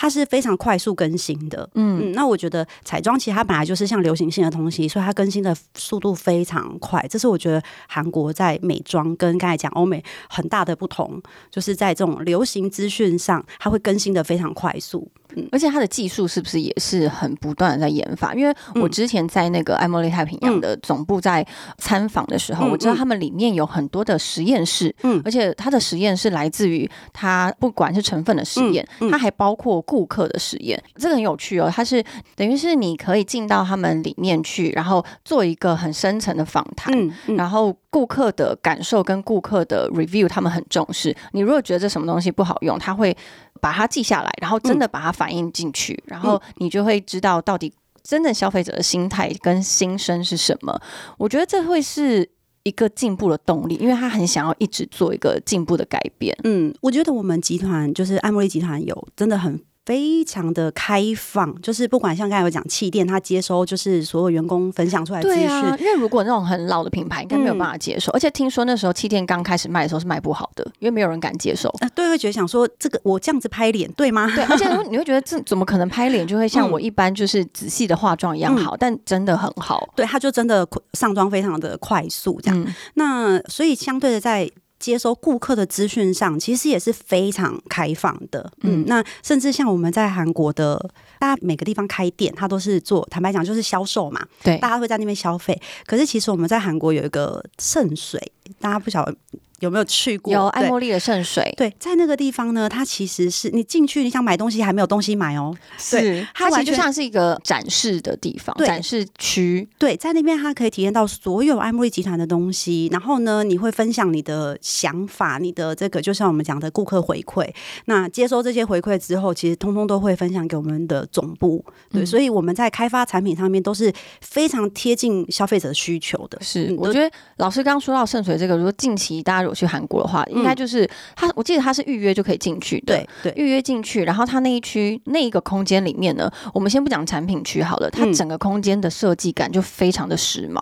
[SPEAKER 3] 它是非常快速更新的，嗯那我觉得彩妆其实它本来就是像流行性的东西，所以它更新的速度非常快，这是我觉得韩国在美妆跟刚才讲欧美很大的不同，就是在这种流行资讯上，它会更新的非常快速。
[SPEAKER 2] 而且它的技术是不是也是很不断的在研发？因为
[SPEAKER 3] 嗯
[SPEAKER 2] 我之前在那个爱茉莉太平洋的总部在参访的时候，
[SPEAKER 3] 嗯
[SPEAKER 2] 我知道他们里面有很多的实验室，
[SPEAKER 3] 嗯
[SPEAKER 2] 而且它的实验是来自于它不管是成分的实验，
[SPEAKER 3] 嗯嗯
[SPEAKER 2] 它还包括顾客的实验，这个很有趣哦。它是等于是你可以进到他们里面去，然后做一个很深层的访谈，
[SPEAKER 3] 嗯嗯，
[SPEAKER 2] 然后顾客的感受跟顾客的 review，他们很重视。你如果觉得这什么东西不好用，他会把它记下来，然后真的把它反映进去，然后你就会知道到底真正消费者的心态跟心声是什么。我觉得这会是一个进步的动力，因为他很想要一直做一个进步的改变。
[SPEAKER 3] 嗯，我觉得我们集团就是爱茉莉集团有真的很。非常的开放，就是不管像刚才有讲气垫，它接收就是所有员工分享出来的资
[SPEAKER 2] 对
[SPEAKER 3] 讯，
[SPEAKER 2] 啊，嗯因为如果那种很老的品牌，应该没有办法接受。而且听说那时候气垫刚开始卖的时候是卖不好的，因为没有人敢接受。
[SPEAKER 3] 呃，对，会觉得想说这个我这样子拍脸对吗？
[SPEAKER 2] 对，而且你会觉得这怎么可能拍脸就会
[SPEAKER 3] 嗯
[SPEAKER 2] 像我一般就是仔细的化妆一样好，但真的很好。
[SPEAKER 3] 对，他就真的上妆非常的快速，这样。
[SPEAKER 2] 嗯，
[SPEAKER 3] 那所以相对的，在接收顾客的资讯上，其实也是非常开放的。嗯，
[SPEAKER 2] 嗯
[SPEAKER 3] 那甚至像我们在韩国的，大家每个地方开店，它都是做，坦白讲就是销售嘛，
[SPEAKER 2] 对
[SPEAKER 3] 大家会在那边消费。可是其实我们在韩国有一个圣水，大家不晓得有没有去过？
[SPEAKER 2] 有爱
[SPEAKER 3] 对
[SPEAKER 2] 茉莉的圣水，
[SPEAKER 3] 对，在那个地方呢，它其实是你进去，你想买东西还没有东西买哦。对它
[SPEAKER 2] 它其实
[SPEAKER 3] 完
[SPEAKER 2] 就
[SPEAKER 3] 全
[SPEAKER 2] 像是一个展示的地方，
[SPEAKER 3] 对
[SPEAKER 2] 展示区。
[SPEAKER 3] 对，在那边它可以体验到所有爱茉莉集团的东西，然后呢，你会分享你的想法，你的这个就像我们讲的顾客回馈。那接收这些回馈之后，其实通通都会分享给我们的总部。对，
[SPEAKER 2] 嗯
[SPEAKER 3] 所以我们在开发产品上面都是非常贴近消费者的需求的。
[SPEAKER 2] 是
[SPEAKER 3] 嗯，
[SPEAKER 2] 我
[SPEAKER 3] 都
[SPEAKER 2] 觉得老师刚刚说到圣水这个，如果近期大家如果去韩国的话，应该就是它，我记得它是预约就可以进去的。
[SPEAKER 3] 嗯对对
[SPEAKER 2] 预约进去，然后它那一区那一个空间里面呢，我们先不讲产品区好了，它
[SPEAKER 3] 嗯
[SPEAKER 2] 整个空间的设计感就非常的时髦，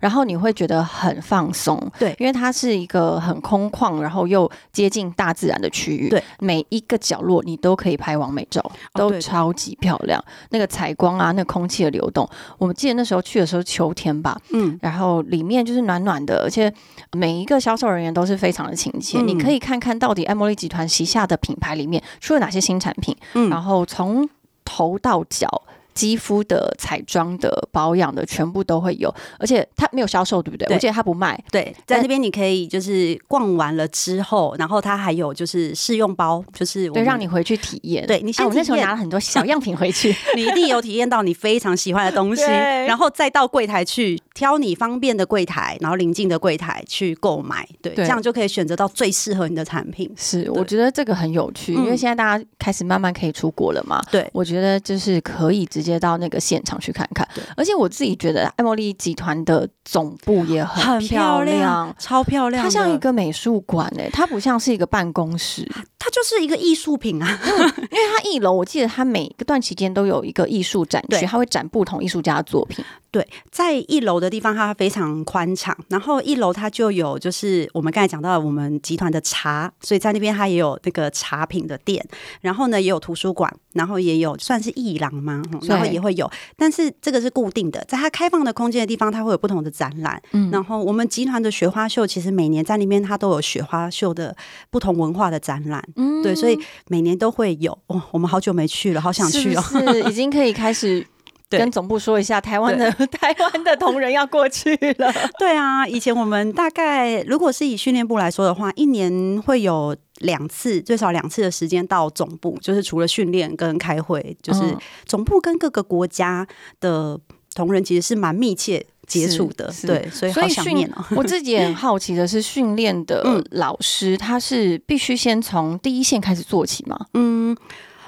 [SPEAKER 2] 然后你会觉得很放松，
[SPEAKER 3] 对
[SPEAKER 2] 因为它是一个很空旷，然后又接近大自然的区域，
[SPEAKER 3] 对，
[SPEAKER 2] 每一个角落你都可以拍完美照，
[SPEAKER 3] 哦
[SPEAKER 2] 都
[SPEAKER 3] 对
[SPEAKER 2] 超级漂亮，那个采光啊，那空气的流动，我们记得那时候去的时候秋天吧，
[SPEAKER 3] 嗯，
[SPEAKER 2] 然后里面就是暖暖的，而且每一个销售人员都是非常的亲切。
[SPEAKER 3] 嗯
[SPEAKER 2] 你可以看看到底爱茉莉集团旗下的品牌里面出了哪些新产品，
[SPEAKER 3] 嗯
[SPEAKER 2] 然后从头到脚。肌肤的、彩妆的、保养的，全部都会有，而且它没有销售，对不对？
[SPEAKER 3] 对
[SPEAKER 2] 我记得它不卖，
[SPEAKER 3] 对，在那边你可以就是逛完了之后，然后它还有就是试用包，就是我
[SPEAKER 2] 对，
[SPEAKER 3] 们
[SPEAKER 2] 让你回去体验。
[SPEAKER 3] 对你
[SPEAKER 2] 啊，
[SPEAKER 3] 先
[SPEAKER 2] 我那
[SPEAKER 3] 体
[SPEAKER 2] 时候
[SPEAKER 3] 验
[SPEAKER 2] 拿了很多小样品回去，
[SPEAKER 3] 你一定有体验到你非常喜欢的东西，
[SPEAKER 2] 对
[SPEAKER 3] 然后再到柜台去挑你方便的柜台，然后临近的柜台去购买，对，
[SPEAKER 2] 对
[SPEAKER 3] 这样就可以选择到最适合你的产品。
[SPEAKER 2] 是，我
[SPEAKER 3] 对
[SPEAKER 2] 觉得这个很有趣，因为
[SPEAKER 3] 嗯
[SPEAKER 2] 现在大家开始慢慢可以出国了嘛。
[SPEAKER 3] 对
[SPEAKER 2] 我觉得就是可以直接到那个现场去看看
[SPEAKER 3] 对。
[SPEAKER 2] 而且我自己觉得哎爱茉莉集团的总部也很漂亮，
[SPEAKER 3] 超漂亮的，
[SPEAKER 2] 它像一个美术馆诶，它不像是一个办公室，
[SPEAKER 3] 它就是一个艺术品啊，
[SPEAKER 2] 因为它一楼我记得它每个段期间都有一个艺术展区，
[SPEAKER 3] 对
[SPEAKER 2] 它会展不同艺术家的作品。
[SPEAKER 3] 对，在一楼的地方它非常宽敞，然后一楼它就有就是我们刚才讲到的我们集团的茶，所以在那边它也有那个茶品的店，然后呢也有图书馆，然后也有算是艺廊嘛，吼然后
[SPEAKER 2] 对
[SPEAKER 3] 也会有，但是这个是固定的，在它开放的空间的地方，它会有不同的展览。
[SPEAKER 2] 嗯
[SPEAKER 3] 然后我们集团的雪花秀，其实每年在那边它都有雪花秀的不同文化的展览，
[SPEAKER 2] 嗯
[SPEAKER 3] 对，所以每年都会有。哦，我们好久没去了，好想去哦。
[SPEAKER 2] 是 不是已经可以开始
[SPEAKER 3] 对
[SPEAKER 2] 跟总部说一下，台湾的 台湾的同仁要过去了。
[SPEAKER 3] 对啊，以前我们大概如果是以训练部来说的话，一年会有两次，最少两次的时间到总部，就是除了训练跟开会，就是
[SPEAKER 2] 嗯
[SPEAKER 3] 总部跟各个国家的同仁其实是蛮密切接
[SPEAKER 2] 是
[SPEAKER 3] 触的
[SPEAKER 2] 是，
[SPEAKER 3] 对，所以
[SPEAKER 2] 所
[SPEAKER 3] 好
[SPEAKER 2] 以
[SPEAKER 3] 想
[SPEAKER 2] 训
[SPEAKER 3] 念 哦。
[SPEAKER 2] 我自己也很好奇的是，训练的
[SPEAKER 3] 嗯
[SPEAKER 2] 老师他是必须先从第一线开始做起吗？
[SPEAKER 3] 嗯，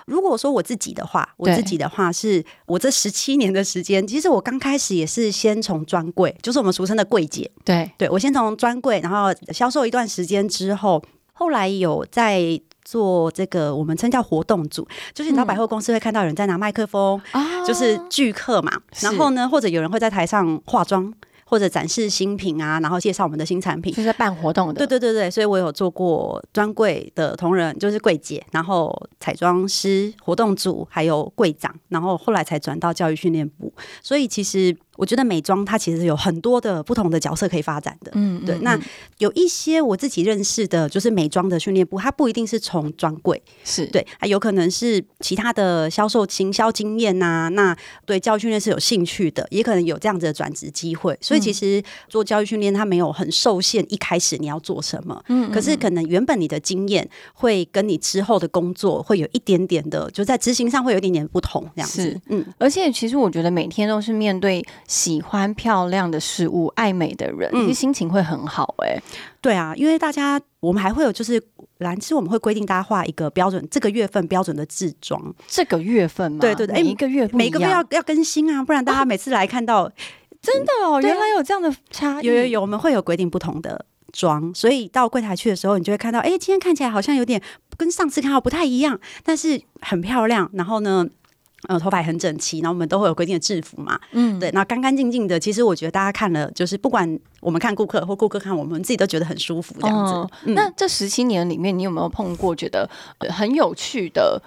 [SPEAKER 3] 如果说我自己的话，我
[SPEAKER 2] 对
[SPEAKER 3] 自己的话是我这十七年的时间，其实我刚开始也是先从专柜，就是我们俗称的柜姐，
[SPEAKER 2] 对，
[SPEAKER 3] 对我先从专柜，然后销售一段时间之后，后来有在。做这个我们称叫活动组，就是你到
[SPEAKER 2] 嗯
[SPEAKER 3] 百货公司会看到有人在拿麦克风，
[SPEAKER 2] 啊
[SPEAKER 3] 就是聚客嘛。
[SPEAKER 2] 是
[SPEAKER 3] 然后呢，或者有人会在台上化妆，或者展示新品啊，然后介绍我们的新产品。
[SPEAKER 2] 就是在办活动的，
[SPEAKER 3] 对对对对，所以我有做过专柜的同仁，就是柜姐，然后彩妆师、活动组，还有柜长，然后后来才转到教育训练部。所以其实我觉得美妆它其实有很多的不同的角色可以发展的。
[SPEAKER 2] 嗯，嗯
[SPEAKER 3] 对，那
[SPEAKER 2] 嗯
[SPEAKER 3] 有一些我自己认识的，就是美妆的训练部，它不一定是从专柜，
[SPEAKER 2] 是，
[SPEAKER 3] 对，啊，有可能是其他的销售行销经验呐、那对教育训练是有兴趣的，也可能有这样子的转职机会。所
[SPEAKER 2] 嗯
[SPEAKER 3] 以其实做教育训练，它没有很受限，一开始你要做什么，
[SPEAKER 2] 嗯
[SPEAKER 3] 可是可能原本你的经验会跟你之后的工作会有一点点的，就在执行上会有一点点不同，这样
[SPEAKER 2] 是
[SPEAKER 3] 子，嗯。
[SPEAKER 2] 而且其实我觉得每天都是面对喜欢漂亮的事物、爱美的人，
[SPEAKER 3] 嗯
[SPEAKER 2] 其实心情会很好哎、
[SPEAKER 3] 对啊，因为大家我们还会有就是兰芝，我们会规定大家画一个标准，这个月份标准的制装，
[SPEAKER 2] 这个月份嘛，
[SPEAKER 3] 对对对
[SPEAKER 2] 每
[SPEAKER 3] 哎
[SPEAKER 2] 一个月不
[SPEAKER 3] 每个
[SPEAKER 2] 一
[SPEAKER 3] 月要
[SPEAKER 2] 样
[SPEAKER 3] 要更新啊，不然大家每次来看到、
[SPEAKER 2] 真的哦，
[SPEAKER 3] 对啊
[SPEAKER 2] 原来有这样的差异，
[SPEAKER 3] 有有有，我们会有规定不同的妆，所以到柜台去的时候，你就会看到，哎，今天看起来好像有点跟上次看到不太一样，但是很漂亮。然后呢？呃，头发也很整齐，然后我们都会有规定的制服嘛，
[SPEAKER 2] 嗯，
[SPEAKER 3] 对，那干干净净的。其实我觉得大家看了，就是不管我们看顾客或顾客看我们，自己都觉得很舒服这样子。
[SPEAKER 2] 哦
[SPEAKER 3] 嗯
[SPEAKER 2] 那这十七年里面，你有没有碰过觉得呃很有趣的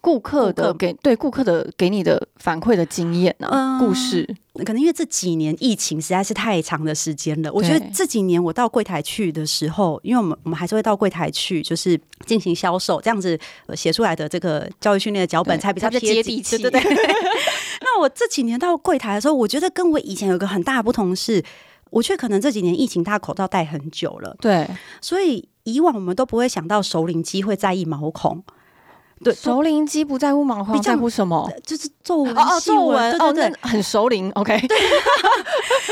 [SPEAKER 2] 顾客的
[SPEAKER 3] 顾客
[SPEAKER 2] 给对顾客的给你的反馈的经验呢、
[SPEAKER 3] 嗯
[SPEAKER 2] 啊故事
[SPEAKER 3] 可能因为这几年疫情实在是太长的时间了，我觉得这几年我到柜台去的时候，因为我们我们还是会到柜台去，就是进行销售，这样子呃写出来的这个教育训练的脚本
[SPEAKER 2] 对
[SPEAKER 3] 才比较
[SPEAKER 2] 它比较
[SPEAKER 3] 贴
[SPEAKER 2] 接
[SPEAKER 3] 近
[SPEAKER 2] 地气
[SPEAKER 3] 对 对对。那我这几年到柜台的时候，我觉得跟我以前有一个很大的不同是。我觉得可能这几年疫情，大家口罩戴很久了，
[SPEAKER 2] 对，
[SPEAKER 3] 所以以往我们都不会想到首领肌会在意毛孔，对，
[SPEAKER 2] 熟龄肌不在乎毛
[SPEAKER 3] 比
[SPEAKER 2] 孔，
[SPEAKER 3] 较
[SPEAKER 2] 在乎什么？
[SPEAKER 3] 就是皱纹、
[SPEAKER 2] 哦哦，
[SPEAKER 3] 细
[SPEAKER 2] 皱纹
[SPEAKER 3] 对
[SPEAKER 2] 哦，
[SPEAKER 3] 对对
[SPEAKER 2] 那，很熟 龄，OK，对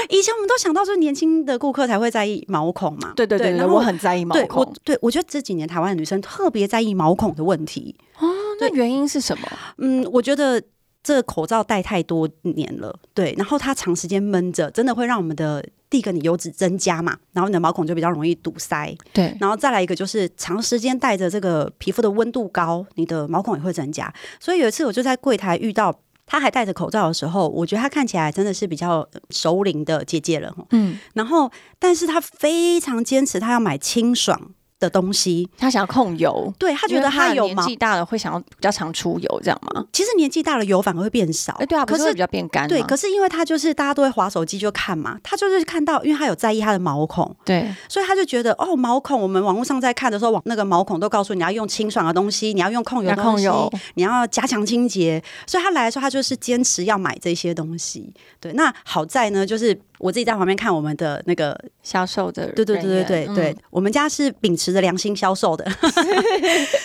[SPEAKER 3] 以前我们都想到就是年轻的顾客才会在意毛孔嘛，
[SPEAKER 2] 对对对，
[SPEAKER 3] 然后
[SPEAKER 2] 我很在意毛
[SPEAKER 3] 对我
[SPEAKER 2] 孔。
[SPEAKER 3] 对我觉得这几年台湾的女生特别在意毛孔的问题，
[SPEAKER 2] 哦那原因是什么？
[SPEAKER 3] 嗯，我觉得。这口罩戴太多年了，对，然后它长时间闷着，真的会让我们的第一个你油脂增加嘛，然后你的毛孔就比较容易堵塞，
[SPEAKER 2] 对，
[SPEAKER 3] 然后再来一个就是长时间戴着这个皮肤的温度高，你的毛孔也会增加。所以有一次我就在柜台遇到。她还戴着口罩的时候，我觉得她看起来真的是比较呃熟龄的姐姐了哦。
[SPEAKER 2] 嗯，
[SPEAKER 3] 然后，但是她非常坚持，她要买清爽的东西。
[SPEAKER 2] 他想要控油，
[SPEAKER 3] 对她觉
[SPEAKER 2] 因为
[SPEAKER 3] 得
[SPEAKER 2] 怕
[SPEAKER 3] 她有
[SPEAKER 2] 年
[SPEAKER 3] 毛，
[SPEAKER 2] 纪大了会想要比较常出油，这样吗？
[SPEAKER 3] 其实年纪大了油反而会变少。
[SPEAKER 2] 哎，对啊，
[SPEAKER 3] 可
[SPEAKER 2] 不是会
[SPEAKER 3] 是
[SPEAKER 2] 比较变干吗？
[SPEAKER 3] 对，可是因为她就是大家都会划手机就看嘛，她就是看到，因为她有在意她的毛孔，
[SPEAKER 2] 对
[SPEAKER 3] 所以他就觉得哦，毛孔，我们网络上在看的时候，网那个毛孔都告诉你要用清爽的东西，你要用控油的
[SPEAKER 2] 要控
[SPEAKER 3] 东西，
[SPEAKER 2] 油
[SPEAKER 3] 你要加强清洁。所以他来的时候，他就是坚持要买这些东西。对，那好在呢，就是我自己在旁边看我们的那个，
[SPEAKER 2] 销售的人员，
[SPEAKER 3] 对对对对对对，
[SPEAKER 2] 嗯
[SPEAKER 3] 我们家是秉持着良心销售 的，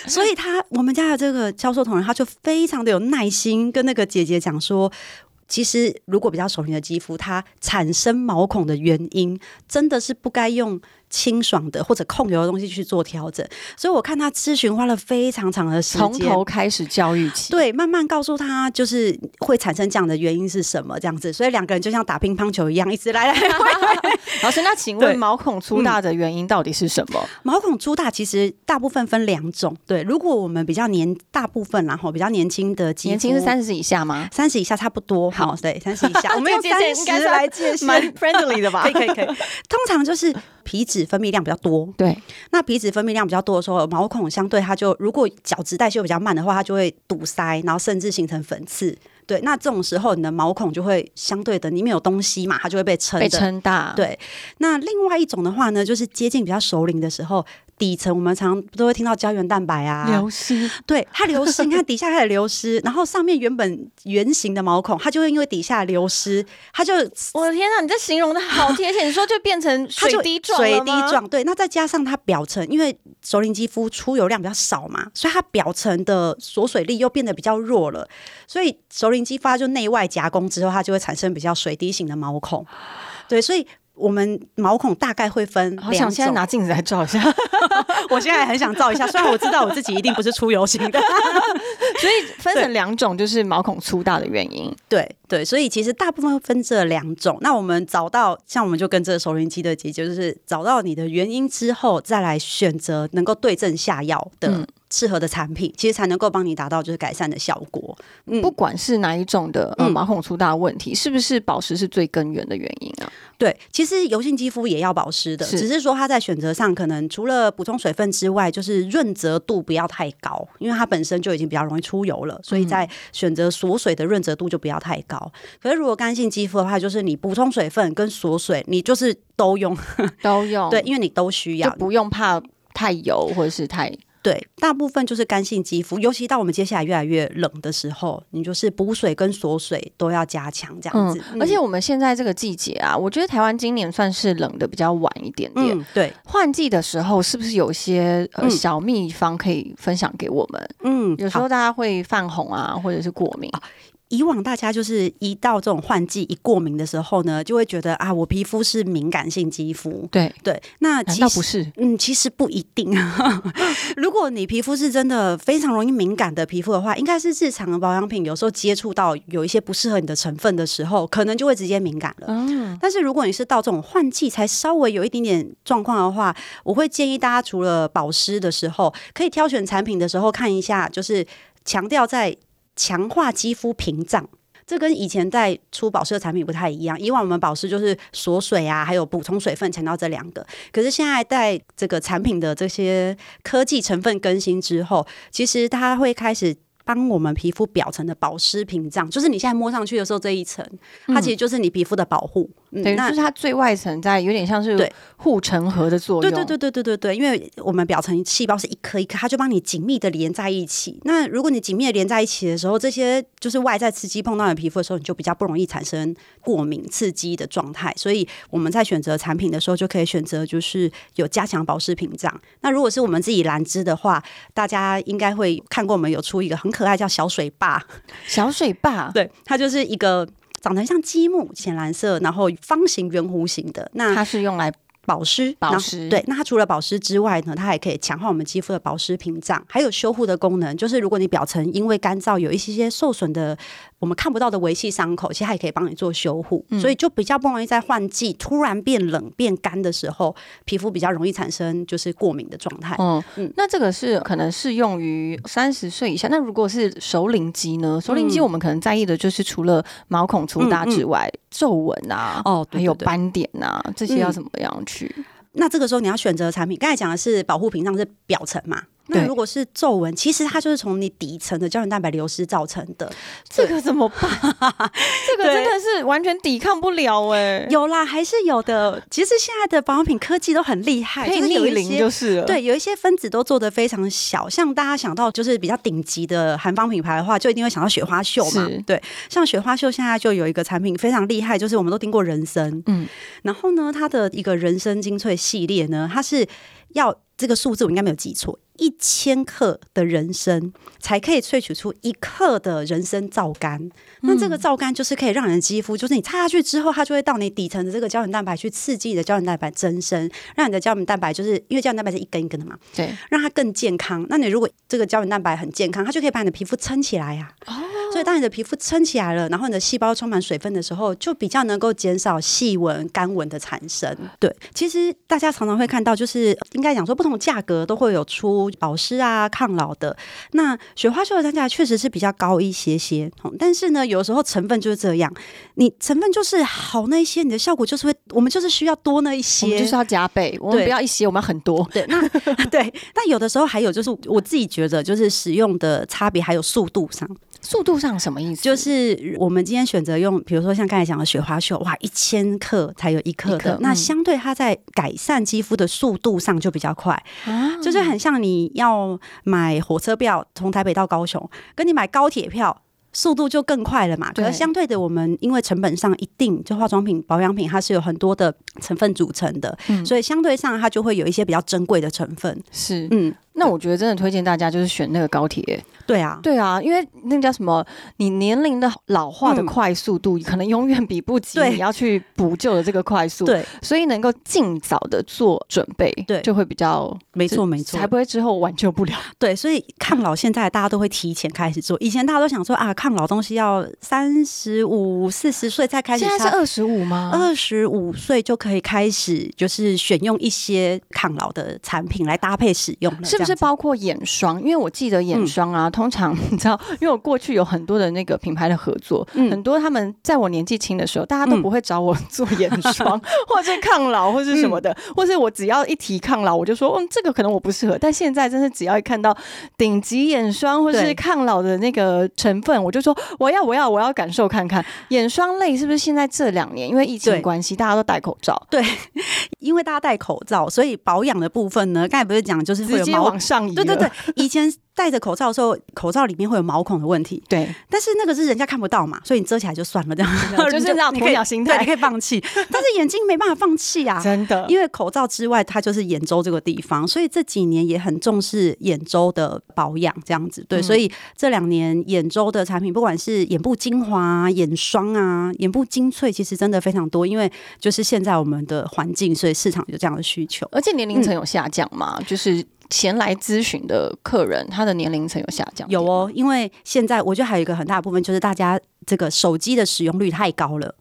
[SPEAKER 3] 所以他我们家的这个销售同仁，他就非常的有耐心，跟那个姐姐讲说。其实，如果比较熟龄的肌肤，它产生毛孔的原因，真的是不该用清爽的或者控油的东西去做调整。所以我看他咨询花了非常长的时
[SPEAKER 2] 从
[SPEAKER 3] 间，
[SPEAKER 2] 头开始教育起，
[SPEAKER 3] 对，慢慢告诉他就是会产生这样的原因是什么，这样子。所以两个人就像打乒乓球一样，一直来来 回回。
[SPEAKER 2] 老师，那请
[SPEAKER 3] 对
[SPEAKER 2] 问毛孔粗大的原因到底是什么？
[SPEAKER 3] 毛孔粗大其实大部分分两种，对。如果我们比较年，大部分然后比较年轻的肌肤，
[SPEAKER 2] 年轻是三十以下吗？
[SPEAKER 3] 三十以下差不多，
[SPEAKER 2] 好
[SPEAKER 3] 好，对，三十以 下，我们用
[SPEAKER 2] 这个界
[SPEAKER 3] 三
[SPEAKER 2] 限应该
[SPEAKER 3] 十
[SPEAKER 2] 是
[SPEAKER 3] 来界限，
[SPEAKER 2] 蛮 friendly 的吧
[SPEAKER 3] 可以可以可以。通常就是皮脂分泌量比较多，
[SPEAKER 2] 对，
[SPEAKER 3] 那皮脂分泌量比较多的时候，毛孔相对它就如果角质代谢比较慢的话，它就会堵塞，然后甚至形成粉刺。对，那这种时候你的毛孔就会相对的，里面有东西嘛，它就会被撑
[SPEAKER 2] 被
[SPEAKER 3] 着。
[SPEAKER 2] 撑大，
[SPEAKER 3] 对，那另外一种的话呢，就是接近比较熟龄的时候，底层我们常都会听到胶原蛋白啊，
[SPEAKER 2] 流失，
[SPEAKER 3] 对它流失，你看底下开始流失，然后上面原本圆形的毛孔，它就会因为底下流失，它就
[SPEAKER 2] 我的天哪，你这形容的好贴切，你说就变成
[SPEAKER 3] 它就
[SPEAKER 2] 水滴状，
[SPEAKER 3] 水滴，状，对。那再加上它表层，因为熟龄肌肤出油量比较少嘛，所以它表层的锁水力又变得比较弱了，所以熟龄肌肤它就内外夹攻之后，它就会产生比较水滴型的毛孔，对，所以。我们毛孔大概会分
[SPEAKER 2] 好
[SPEAKER 3] 两
[SPEAKER 2] 想现在
[SPEAKER 3] 种，
[SPEAKER 2] 拿镜子来照一 下，
[SPEAKER 3] 我现在很想照一下，虽然我知道我自己一定不是出油型的，
[SPEAKER 2] 所以分成两种，就是毛孔粗大的原因。
[SPEAKER 3] 对对，所以其实大部分分这两种。那我们找到，像我们就跟这个熟龄肌的姐姐，就是找到你的原因之后，再来选择能够对症下药
[SPEAKER 2] 嗯
[SPEAKER 3] 的适合的产品，其实才能够帮你达到就是改善的效果。嗯
[SPEAKER 2] 不管是哪一种的呃
[SPEAKER 3] 嗯
[SPEAKER 2] 毛孔粗大的问题，是不是保湿是最根源的原因啊？
[SPEAKER 3] 对，其实油性肌肤也要保湿的，
[SPEAKER 2] 是
[SPEAKER 3] 只是说它在选择上可能除了补充水分之外，就是润泽度不要太高，因为它本身就已经比较容易出油了，
[SPEAKER 2] 嗯
[SPEAKER 3] 所以在选择锁水的润泽度就不要太高。可是如果干性肌肤的话，就是你补充水分跟锁水，你就是都用。
[SPEAKER 2] 都用
[SPEAKER 3] 对，，因为你都需
[SPEAKER 2] 哦就
[SPEAKER 3] 要。
[SPEAKER 2] 不用怕太油或者是太
[SPEAKER 3] 对，大部分就是干性肌肤，尤其到我们接下来越来越冷的时候，你就是补水跟锁水都要加强这样
[SPEAKER 2] 嗯
[SPEAKER 3] 子。。
[SPEAKER 2] 而且我们现在这个季节啊，我觉得台湾今年算是冷的比较晚一点点。
[SPEAKER 3] 嗯，对，
[SPEAKER 2] 换季的时候，是不是有一些呃
[SPEAKER 3] 嗯
[SPEAKER 2] 小秘方可以分享给我们？
[SPEAKER 3] 嗯，
[SPEAKER 2] 有时
[SPEAKER 3] 好
[SPEAKER 2] 候大家会泛红啊，或者是过敏，
[SPEAKER 3] 以往大家就是一到这种换季一过敏的时候呢，就会觉得啊，我皮肤是敏感性肌肤。
[SPEAKER 2] 对，
[SPEAKER 3] 对，那
[SPEAKER 2] 难
[SPEAKER 3] 其
[SPEAKER 2] 道
[SPEAKER 3] 实
[SPEAKER 2] 不是？
[SPEAKER 3] 嗯，其实不一定。 如果你皮肤是真的非常容易敏感的皮肤的话，应该是日常的保养品有时候接触到有一些不适合你的成分的时候，可能就会直接敏感了。
[SPEAKER 2] 嗯，
[SPEAKER 3] 但是如果你是到这种换季才稍微有一点点状况的话，我会建议大家除了保湿的时候，可以挑选产品的时候看一下，就是强调在强化肌肤屏障。这跟以前在出保湿的产品不太一样，以往我们保湿就是锁水啊，还有补充水分，强调这两个。可是现在在这个产品的这些科技成分更新之后，其实它会开始帮我们皮肤表层的保湿屏障，就是你现在摸上去的时候这一层，它其实就是你皮肤的保护。嗯
[SPEAKER 2] 嗯等于就
[SPEAKER 3] 那
[SPEAKER 2] 是它最外层在有点像是
[SPEAKER 3] 对
[SPEAKER 2] 护城河的作
[SPEAKER 3] 对
[SPEAKER 2] 用，
[SPEAKER 3] 对对对对对对，因为我们表层细胞是一颗一颗，它就帮你紧密的连在一起。那如果你紧密的连在一起的时候，这些就是外在刺激碰到你皮肤的时候，你就比较不容易产生过敏刺激的状态。所以我们在选择产品的时候，就可以选择就是有加强保湿屏障。那如果是我们自己兰芝的话，大家应该会看过我们有出一个很可爱叫小水 坝，
[SPEAKER 2] 小水坝，
[SPEAKER 3] 对，它就是一个。长得很像积木，浅蓝色，然后方形、圆弧形的。那
[SPEAKER 2] 它是用来
[SPEAKER 3] 保湿，
[SPEAKER 2] 保
[SPEAKER 3] 嗯然后
[SPEAKER 2] 湿
[SPEAKER 3] 对，那它除了保湿之外呢，它还可以强化我们肌肤的保湿屏障，还有修护的功能。就是如果你表层因为干燥有一些些受损的我们看不到的维系伤口，其实它也可以帮你做修护，
[SPEAKER 2] 嗯
[SPEAKER 3] 所以就比较不容易在换季突然变冷变干的时候，皮肤比较容易产生就是过敏的状态。
[SPEAKER 2] 嗯
[SPEAKER 3] 嗯，
[SPEAKER 2] 那这个是可能适用于三十岁以下。那如果是熟龄肌呢？熟龄肌
[SPEAKER 3] 嗯
[SPEAKER 2] 我们可能在意的就是除了毛孔粗大之外，皱纹啊，
[SPEAKER 3] 哦对
[SPEAKER 2] 还有
[SPEAKER 3] 对对
[SPEAKER 2] 斑点啊，这些
[SPEAKER 3] 嗯
[SPEAKER 2] 要怎么样去？
[SPEAKER 3] 那这个时候你要选择的产品，刚才讲的是保护屏障是表层嘛？那
[SPEAKER 2] 对
[SPEAKER 3] 如果是皱纹，其实它就是从你底层的胶原蛋白流失造成的。
[SPEAKER 2] 这个怎 么办？这个真的是完全抵抗不了哎、
[SPEAKER 3] 有啦，还是有的。其实现在的保养品科技都很厉害，
[SPEAKER 2] 可以
[SPEAKER 3] 就是有
[SPEAKER 2] 逆
[SPEAKER 3] 一
[SPEAKER 2] 龄
[SPEAKER 3] 些
[SPEAKER 2] 就是了。，
[SPEAKER 3] 对，有一些分子都做得非常小，像大家想到就是比较顶级的韩方品牌的话，就一定会想到雪花秀嘛
[SPEAKER 2] 是。
[SPEAKER 3] 对，像雪花秀现在就有一个产品非常厉害，就是我们都听过人参，
[SPEAKER 2] 嗯
[SPEAKER 3] 嗯，然后呢，它的一个人参精粹系列呢，它是要这个数字我应该没有记错。一千克的人参才可以萃取出一克的人参皂苷，那这个皂苷就是可以让你的肌肤，就是你擦下去之后，它就会到你底层的这个胶原蛋白去刺激你的胶原蛋白增生，让你的胶原蛋白就是因为胶原蛋白是一根一根的嘛，
[SPEAKER 2] 对
[SPEAKER 3] 让它更健康。那你如果这个胶原蛋白很健康，它就可以把你的皮肤撑起来呀、所以当你的皮肤撑起来了，然后你的细胞充满水分的时候，就比较能够减少细纹、干纹的产生。对，其实大家常常会看到，就是应该讲说，不同价格都会有出保湿啊、抗老的。那雪花秀的单价确实是比较高一些些，哦但是呢，有时候成分就是这样，你成分就是好那一些，你的效果就是会，我们就是需要多那一
[SPEAKER 2] 我们
[SPEAKER 3] 些，
[SPEAKER 2] 就是要加倍，我们
[SPEAKER 3] 对
[SPEAKER 2] 不要一些，我们要很多。
[SPEAKER 3] 对，那 对，但有的时候还有就是我自己觉得，就是使用的差别还有速度上，
[SPEAKER 2] 速度上什么意思？
[SPEAKER 3] 就是我们今天选择用，比如说像刚才讲的雪花秀，哇，一千克才有一克
[SPEAKER 2] 一
[SPEAKER 3] 的，
[SPEAKER 2] 克
[SPEAKER 3] 那
[SPEAKER 2] 嗯
[SPEAKER 3] 相对它在改善肌肤的速度上就比较快，
[SPEAKER 2] 啊，
[SPEAKER 3] 就是很像你要买火车票从台北到高雄，跟你买高铁票。速度就更快了嘛，
[SPEAKER 2] 对
[SPEAKER 3] 可是相对的，我们因为成本上一定，就化妆品、保养品，它是有很多的成分组成的，
[SPEAKER 2] 嗯
[SPEAKER 3] 所以相对上它就会有一些比较珍贵的成分。
[SPEAKER 2] 是。
[SPEAKER 3] 嗯，
[SPEAKER 2] 那我觉得真的推荐大家就是选那个高铁、
[SPEAKER 3] 对啊，
[SPEAKER 2] 对啊，因为那叫什么，你年龄的老化的
[SPEAKER 3] 嗯
[SPEAKER 2] 快速度，可能永远比不及
[SPEAKER 3] 对
[SPEAKER 2] 你要去补救的这个快速，，
[SPEAKER 3] 对，
[SPEAKER 2] 所以能够尽早的做准备，
[SPEAKER 3] 对
[SPEAKER 2] 就会比较
[SPEAKER 3] 没
[SPEAKER 2] 就
[SPEAKER 3] 错没错
[SPEAKER 2] 才，不会之后挽救不了。
[SPEAKER 3] 对，所以抗老现在大家都会提前开始做，以前大家都想说啊，抗老东西要三十五、四十岁才开始呃
[SPEAKER 2] 现在是
[SPEAKER 3] 擦。
[SPEAKER 2] 二十五吗？
[SPEAKER 3] 二十五岁就可以开始，就是选用一些抗老的产品来搭配使用了，
[SPEAKER 2] 是不
[SPEAKER 3] 这样子？
[SPEAKER 2] 是
[SPEAKER 3] 嗯
[SPEAKER 2] 包括眼霜？因为我记得眼霜啊，通常 你知道，因为我过去有很多的那个品牌的合作，
[SPEAKER 3] 嗯
[SPEAKER 2] 很多他们在我年纪轻的时候，大家都
[SPEAKER 3] 嗯
[SPEAKER 2] 不会找我做眼霜， 或者是抗老，或是什么的，
[SPEAKER 3] 嗯
[SPEAKER 2] 或是我只要一提抗老，我就说，嗯，这个可能我不适合。但现在真是只要一看到顶级眼霜或是
[SPEAKER 3] 对
[SPEAKER 2] 抗老的那个成分，我就说我要，我要，我要感受看看。眼霜类是不是现在这两年因为疫情
[SPEAKER 3] 对
[SPEAKER 2] 关系，大家都戴口罩，
[SPEAKER 3] 因为大家戴口罩，所以保养的部分呢，刚才不是讲就是会
[SPEAKER 2] 直
[SPEAKER 3] 有
[SPEAKER 2] 接
[SPEAKER 3] 毛
[SPEAKER 2] 往，上移了？
[SPEAKER 3] 对对对，以前戴着口罩的时候，口罩里面会有毛孔的问题，
[SPEAKER 2] 对，
[SPEAKER 3] 但是那个是人家看不到嘛，所以你遮起来 就算了，这样
[SPEAKER 2] 就是
[SPEAKER 3] 你
[SPEAKER 2] 那种
[SPEAKER 3] 你
[SPEAKER 2] 鸵
[SPEAKER 3] 可以
[SPEAKER 2] 鸟心
[SPEAKER 3] 对，你
[SPEAKER 2] 态，
[SPEAKER 3] 可以放 弃，但是眼睛没办法放弃啊，
[SPEAKER 2] 真的。
[SPEAKER 3] 因为口罩之外，它就是眼周这个地方，所以这几年也很重视眼周的保养，这样子对。
[SPEAKER 2] 嗯
[SPEAKER 3] 所以这两年眼周的产品，不管是眼部精华、啊、眼霜啊、眼部精粹，其实真的非常多。因为就是现在我们的环境，所以市场有这样的需求。
[SPEAKER 2] 而且年
[SPEAKER 3] 嗯
[SPEAKER 2] 龄层有下降嘛，就是前来咨询的客人，他的年龄层有下降。
[SPEAKER 3] 有，哦，因为现在我觉得还有一个很大的部分就是大家这个手机的使用率太高了，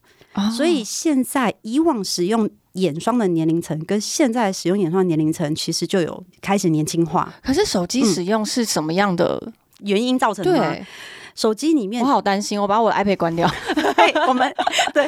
[SPEAKER 3] 所
[SPEAKER 2] 哦
[SPEAKER 3] 以现在以往使用眼霜的年龄层跟现在使用眼霜的年龄层，其实就有开始年轻化，
[SPEAKER 2] 啊可是手机使用是什么样的？
[SPEAKER 3] 原因造成嗯的吗。
[SPEAKER 2] 对
[SPEAKER 3] 手机里面
[SPEAKER 2] 我好担心，我把我的 iPad 关掉，
[SPEAKER 3] 对，我 们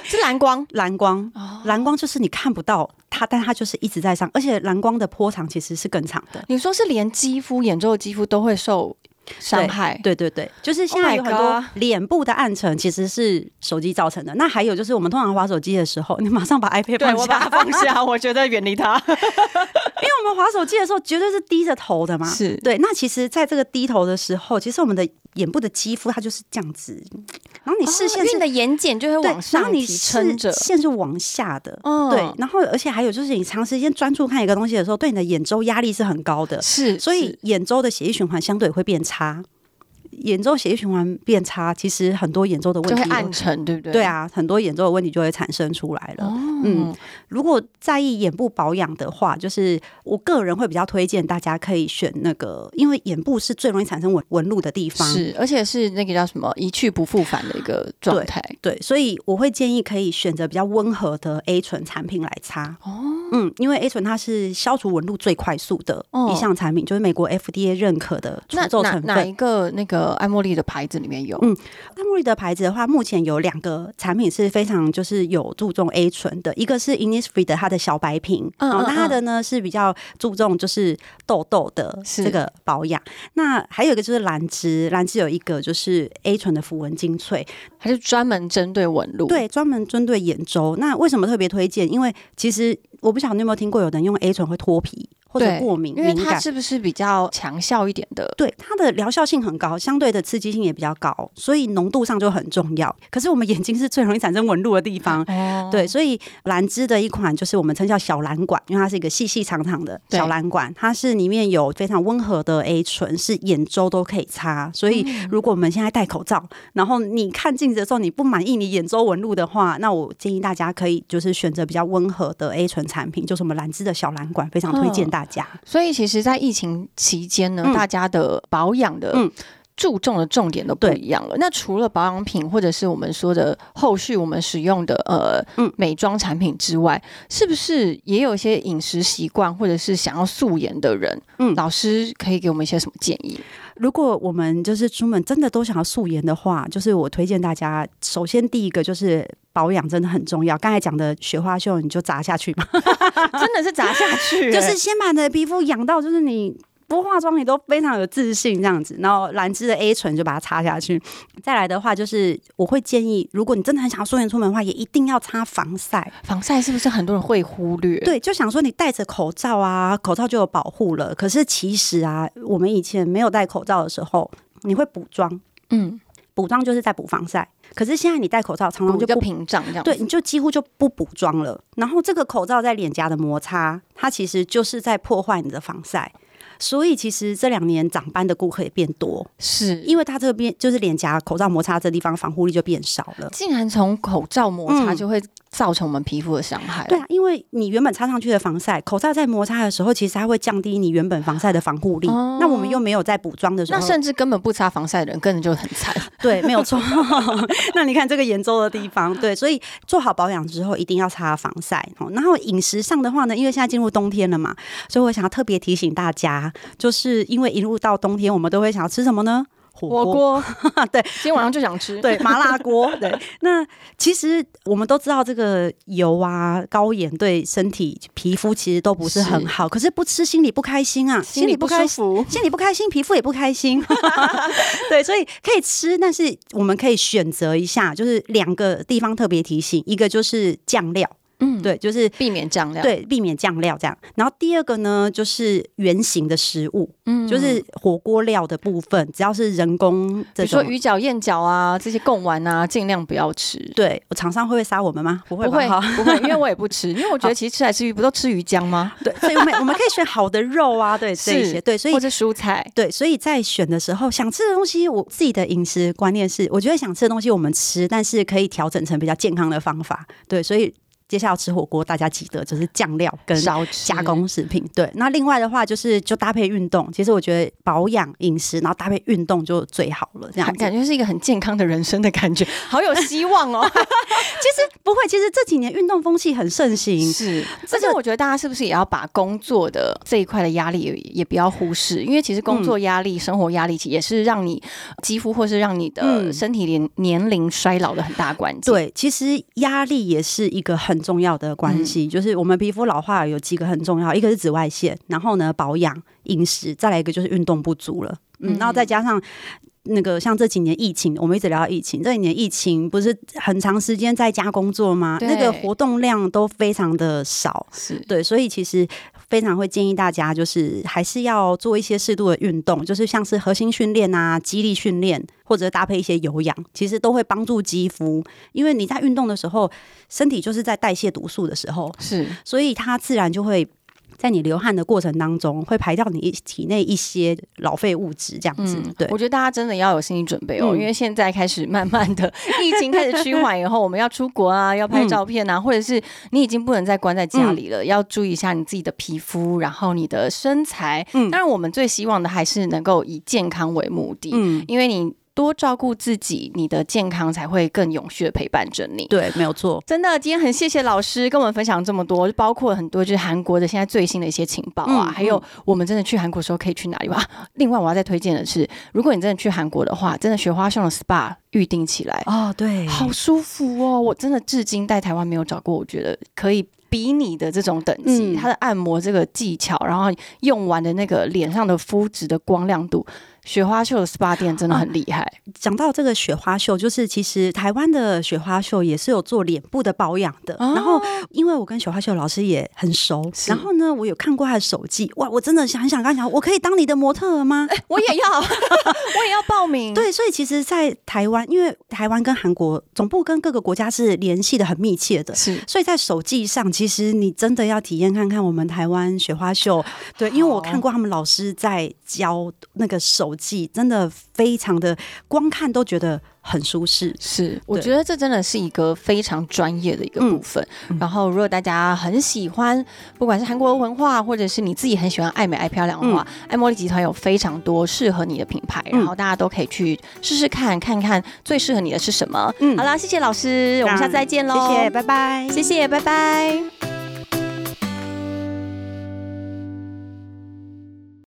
[SPEAKER 2] 是蓝光。
[SPEAKER 3] 蓝光，
[SPEAKER 2] 哦
[SPEAKER 3] 蓝光就是你看不到它，但它就是一直在上，而且蓝光的波长其实是更长的。
[SPEAKER 2] 你说是连肌肤、眼周的肌肤都会受伤害。
[SPEAKER 3] 对对对，就是现
[SPEAKER 2] Oh
[SPEAKER 3] 在
[SPEAKER 2] my
[SPEAKER 3] 有很多
[SPEAKER 2] God
[SPEAKER 3] 脸部的暗沉其实是手机造成的。那还有就是我们通常划手机的时候，你马上把 iPad
[SPEAKER 2] 对
[SPEAKER 3] 放下
[SPEAKER 2] 我把，它放 下，我觉得远离它。
[SPEAKER 3] 因为我们划手机的时候绝对是低着头的嘛。
[SPEAKER 2] 是
[SPEAKER 3] 对。那其实，在这个低头的时候，其实我们的眼部的肌肤它就是这样子，然后你视线
[SPEAKER 2] 哦因为
[SPEAKER 3] 是、
[SPEAKER 2] 你的眼睑就会
[SPEAKER 3] 对
[SPEAKER 2] 往，
[SPEAKER 3] 然后
[SPEAKER 2] 上
[SPEAKER 3] 你
[SPEAKER 2] 提
[SPEAKER 3] 视
[SPEAKER 2] 撑着，
[SPEAKER 3] 线是往下的。
[SPEAKER 2] 嗯
[SPEAKER 3] 对，然后而且还有就是，你长时间专注看一个东西的时候，对你的眼周压力是很高的，
[SPEAKER 2] 是，
[SPEAKER 3] 所以
[SPEAKER 2] 是
[SPEAKER 3] 眼周的血液循环相对会变差。眼周血液循环变差，其实很多眼周的问
[SPEAKER 2] 就会
[SPEAKER 3] 题
[SPEAKER 2] 暗沉，对不哦对？
[SPEAKER 3] 对，啊，很多眼周的问题就会产生出来了。嗯，如果在意眼部保养的话，就是我个人会比较推荐大家可以选那个，因为眼部是最容易产生纹纹路的地方。
[SPEAKER 2] 是，而且是那个叫什么一去不复返的一个状态。
[SPEAKER 3] 对，所以我会建议可以选择比较温和的 A 醇产品来擦。哦，嗯，因为 A 醇它是消除纹路最快速的一项产品，就是美国 FDA 认可的除
[SPEAKER 2] 哦那
[SPEAKER 3] 皱
[SPEAKER 2] 哪
[SPEAKER 3] 成
[SPEAKER 2] 哪
[SPEAKER 3] 分。
[SPEAKER 2] 一个那个爱茉莉的牌子里面有？
[SPEAKER 3] 嗯那茉莉的牌子的话，目前有两个产品是非常就是有注重 A 醇的，一个是 Innisfree 的它的小白瓶，
[SPEAKER 2] 嗯
[SPEAKER 3] 然后
[SPEAKER 2] 嗯
[SPEAKER 3] 那它的呢是比较注重就是痘痘的
[SPEAKER 2] 是
[SPEAKER 3] 这个保养。那还有一个就是兰芝，兰芝有一个就是 A 醇的符文精粹，
[SPEAKER 2] 还是专门针对纹路？
[SPEAKER 3] 对，专门针对眼周。那为什么特别推荐？因为其实我不晓得你有没有听过，有人用 A 醇会脱皮或者
[SPEAKER 2] 对，
[SPEAKER 3] 过敏
[SPEAKER 2] 因为
[SPEAKER 3] 敏
[SPEAKER 2] 它
[SPEAKER 3] 感。
[SPEAKER 2] 是不是比较强效一点的？
[SPEAKER 3] 对它的疗效性很高，相对的刺激性也比较高，所以浓度上就很重要。可是我们眼睛是最容易产生纹路的地方，
[SPEAKER 2] 哦
[SPEAKER 3] 对，，所以兰芝的一款就是我们称叫小蓝管，因为它是一个细细长长的
[SPEAKER 2] 对
[SPEAKER 3] 小蓝管，它是里面有非常温和的 A 醇，是眼周都可以擦。所以
[SPEAKER 2] 嗯
[SPEAKER 3] 如果我们现在戴口罩，然后你看镜子的时候你不满意你眼周纹路的话，那我建议大家可以就是选择比较温和的 A 醇产品，就是我们兰芝的小蓝管，非常推
[SPEAKER 2] 嗯
[SPEAKER 3] 荐大家。
[SPEAKER 2] 所以其实，在疫情期间呢，
[SPEAKER 3] 嗯
[SPEAKER 2] 大家的保养的。
[SPEAKER 3] 嗯
[SPEAKER 2] 注重的重点都不
[SPEAKER 3] 对
[SPEAKER 2] 一样了。那除了保养品或者是我们说的后续我们使用的呃、
[SPEAKER 3] 嗯
[SPEAKER 2] 美妆产品之外，是不是也有一些饮食习惯或者是想要素颜的人？
[SPEAKER 3] 嗯
[SPEAKER 2] 老师可以给我们一些什么建 议？
[SPEAKER 3] 如果我们就是出门真的都想要素颜的话，就是我推荐大家，首先第一个就是保养真的很重要。刚才讲的雪花秀，你就砸下去嘛。
[SPEAKER 2] 真的是砸下 去、欸
[SPEAKER 3] 就是先把你的皮肤养到，就是你不化妆你都非常有自信这样子。然后兰芝的 A 醇就把它擦下去。再来的话，就是我会建议，如果你真的很想要素颜出门的话，也一定要擦防晒。
[SPEAKER 2] 防晒是不是很多人会忽略？，
[SPEAKER 3] 对，就想说你戴着口罩啊，口罩就有保护了。可是其实啊，我们以前没有戴口罩的时候，你会补妆，
[SPEAKER 2] 嗯，
[SPEAKER 3] 补妆就是在补防晒。可是现在你戴口罩，常常
[SPEAKER 2] 补
[SPEAKER 3] 就
[SPEAKER 2] 一个
[SPEAKER 3] 不
[SPEAKER 2] 屏障这样子。
[SPEAKER 3] 对，你就几乎就不补妆了。然后这个口罩在脸颊的摩擦，它其实就是在破坏你的防晒。所以其实这两年长斑的顾客也变多，
[SPEAKER 2] 是因为
[SPEAKER 3] 因为它这边就是脸颊口罩摩擦这地方防护力就变少了。
[SPEAKER 2] 竟然从口罩摩擦
[SPEAKER 3] 嗯
[SPEAKER 2] 就会造成我们皮肤的伤害。
[SPEAKER 3] 对啊，因为你原本擦上去的防晒，口罩在摩擦的时候，其实它会降低你原本防晒的防护力。
[SPEAKER 2] 哦
[SPEAKER 3] 那我们又没有在补妆的时
[SPEAKER 2] 那
[SPEAKER 3] 候，
[SPEAKER 2] 甚至根本不擦防晒的人，根本就很惨。
[SPEAKER 3] 对，没有错。 那你看这个眼周的地方，对，所以做好保养之后一定要擦防晒哦。然后饮食上的话呢，因为现在进入冬天了嘛，所以我想要特别提醒大家，就是因为一入到冬天，我们都会想要吃什么呢？火
[SPEAKER 2] 火锅，
[SPEAKER 3] 对，
[SPEAKER 2] 今天晚上就想吃。
[SPEAKER 3] 对，麻辣锅。对，那其实我们都知道这个油啊、高盐对身体、皮肤其实都不是很
[SPEAKER 2] 是
[SPEAKER 3] 好，可是不吃心里不开心啊，
[SPEAKER 2] 心里不
[SPEAKER 3] 开
[SPEAKER 2] 舒服。
[SPEAKER 3] 心里不开心，皮肤也不开心。 对，所以可以吃，但是我们可以选择一下，就是两个地方特别提醒，一个就是酱料，
[SPEAKER 2] 嗯，啊
[SPEAKER 3] 对，就是。
[SPEAKER 2] 避免酱料。，
[SPEAKER 3] 对，避免酱料这样。然后第二个呢，就是圆形的食物，
[SPEAKER 2] 嗯
[SPEAKER 3] 就是火锅料的部分，只要是人工
[SPEAKER 2] 比
[SPEAKER 3] 这
[SPEAKER 2] 如说
[SPEAKER 3] 种，
[SPEAKER 2] 鱼饺、燕饺啊，这些贡丸啊，尽量不要吃。
[SPEAKER 3] 对，厂商会不会杀我们吗？不
[SPEAKER 2] 不
[SPEAKER 3] 吧
[SPEAKER 2] 会
[SPEAKER 3] 哈
[SPEAKER 2] 不会，因为我也不吃，因为我觉得其实吃来吃去不都吃鱼浆吗？
[SPEAKER 3] 对，所以我们我们可以选好的肉啊，对这一
[SPEAKER 2] 是
[SPEAKER 3] 些，对，所以
[SPEAKER 2] 或者蔬菜，
[SPEAKER 3] 对，所以在选的时候，想吃的东西，我自己的饮食观念是，我觉得想吃的东西我们吃，但是可以调整成比较健康的方法。对，所以接下来吃火锅，大家记得就是酱料跟
[SPEAKER 2] 少吃
[SPEAKER 3] 加工食品。对，那另外的话就是就搭配运动，其实我觉得保养饮食，然后搭配运动就最好了。这样子
[SPEAKER 2] 感觉是一个很健康的人生的感觉，好有 希望哦。
[SPEAKER 3] 不会，其实这几年运动风气很盛行。
[SPEAKER 2] 是，
[SPEAKER 3] 这
[SPEAKER 2] 而且
[SPEAKER 3] 个
[SPEAKER 2] 我觉得大家是不是也要把工作的这一块的压力也也不要忽视，因为其实工
[SPEAKER 3] 嗯
[SPEAKER 2] 作压力、生活压力其实也是让你肌肤或是让你的
[SPEAKER 3] 嗯
[SPEAKER 2] 身体年年龄衰老的很大关键。，
[SPEAKER 3] 对，其实压力也是一个很重要的
[SPEAKER 2] 嗯
[SPEAKER 3] 关系，就是我们皮肤老化有几个很重要，一个是紫外线，然后呢保养、饮食，再来一个就是运动不足了，嗯，然后再加上。那个像这几年疫情，我们一直聊到疫情。这几年疫情不是很长时间在家工作吗？
[SPEAKER 2] 对
[SPEAKER 3] 那个活动量都非常的少，
[SPEAKER 2] 是
[SPEAKER 3] 对，所以其实非常会建议大家，就是还是要做一些适度的运动，就是像是核心训练啊、肌力训练，或者搭配一些有氧，其实都会帮助肌肤。因为你在运动的时候，身体就是在代谢毒素的时候，
[SPEAKER 2] 是，
[SPEAKER 3] 所以它自然就会。在你流汗的过程当中，会排掉你体内一些老废物质，这样子。对
[SPEAKER 2] 嗯我，觉得大家真的要有心理准备哦，
[SPEAKER 3] 嗯
[SPEAKER 2] 因为现在开始慢慢的疫情开始趋缓以后，我们要出国啊，要
[SPEAKER 3] 嗯
[SPEAKER 2] 拍照片啊，或者是你已经不能再关在家里了，要注意一下你自己的皮肤，然后你的身材。
[SPEAKER 3] 嗯
[SPEAKER 2] 当然我们最希望的还是能够以健康为目的，
[SPEAKER 3] 嗯，
[SPEAKER 2] 因为你多照顾自己，你的健康才会更永续的陪伴着你。
[SPEAKER 3] 对，没有错。
[SPEAKER 2] 真的，今天很谢谢老师跟我们分享这么多，就包括很多就是韩国的现在最新的一些情报
[SPEAKER 3] 嗯
[SPEAKER 2] 啊，还有我们真的去韩国的时候可以去哪里吧。另外，我要再推荐的是，如果你真的去韩国的话，真的雪花秀的 SPA 预定起来，
[SPEAKER 3] 哦，对
[SPEAKER 2] 好舒服哦！我真的至今在台湾没有找过，我觉得可以。比你的这种等级，
[SPEAKER 3] 嗯
[SPEAKER 2] 它的按摩这个技巧，然后用完的那个脸上的肤质的光亮度，雪花秀的 SPA 店真的很厉害。
[SPEAKER 3] 讲到这个雪花秀，就是其实台湾的雪花秀也是有做脸部的保养的。
[SPEAKER 2] 哦
[SPEAKER 3] 然后，因为我跟雪花秀老师也很熟，
[SPEAKER 2] 是
[SPEAKER 3] 然后呢，我有看过她的手记，哇，我真的想很想跟她讲，我可以当你的模特儿吗？
[SPEAKER 2] 哎我也 要，我也要报名。
[SPEAKER 3] 对，所以其实，在台湾，因为台湾跟韩国总部跟各个国家是联系的很密切的。
[SPEAKER 2] 是
[SPEAKER 3] 所以在手记上，其实你真的要体验看看我们台湾雪花秀，对，因为我看过他们老师在教那个手记，真的非常的，光看都觉得很舒适。
[SPEAKER 2] 是，嗯我
[SPEAKER 3] 对
[SPEAKER 2] 觉得这真的是一个非常专业的一个部分。然后，如果大家很喜欢，不管是韩国文化，或者是你自己很喜欢爱美爱漂亮的话，爱茉莉集团有非常多适合你的品牌，
[SPEAKER 3] 嗯
[SPEAKER 2] 然后大家都可以去试试看，看看最适合你的是什么。
[SPEAKER 3] 嗯
[SPEAKER 2] 好啦，谢谢老师，我们下次再见喽，
[SPEAKER 3] 谢谢，，拜拜。
[SPEAKER 2] 谢谢，拜拜。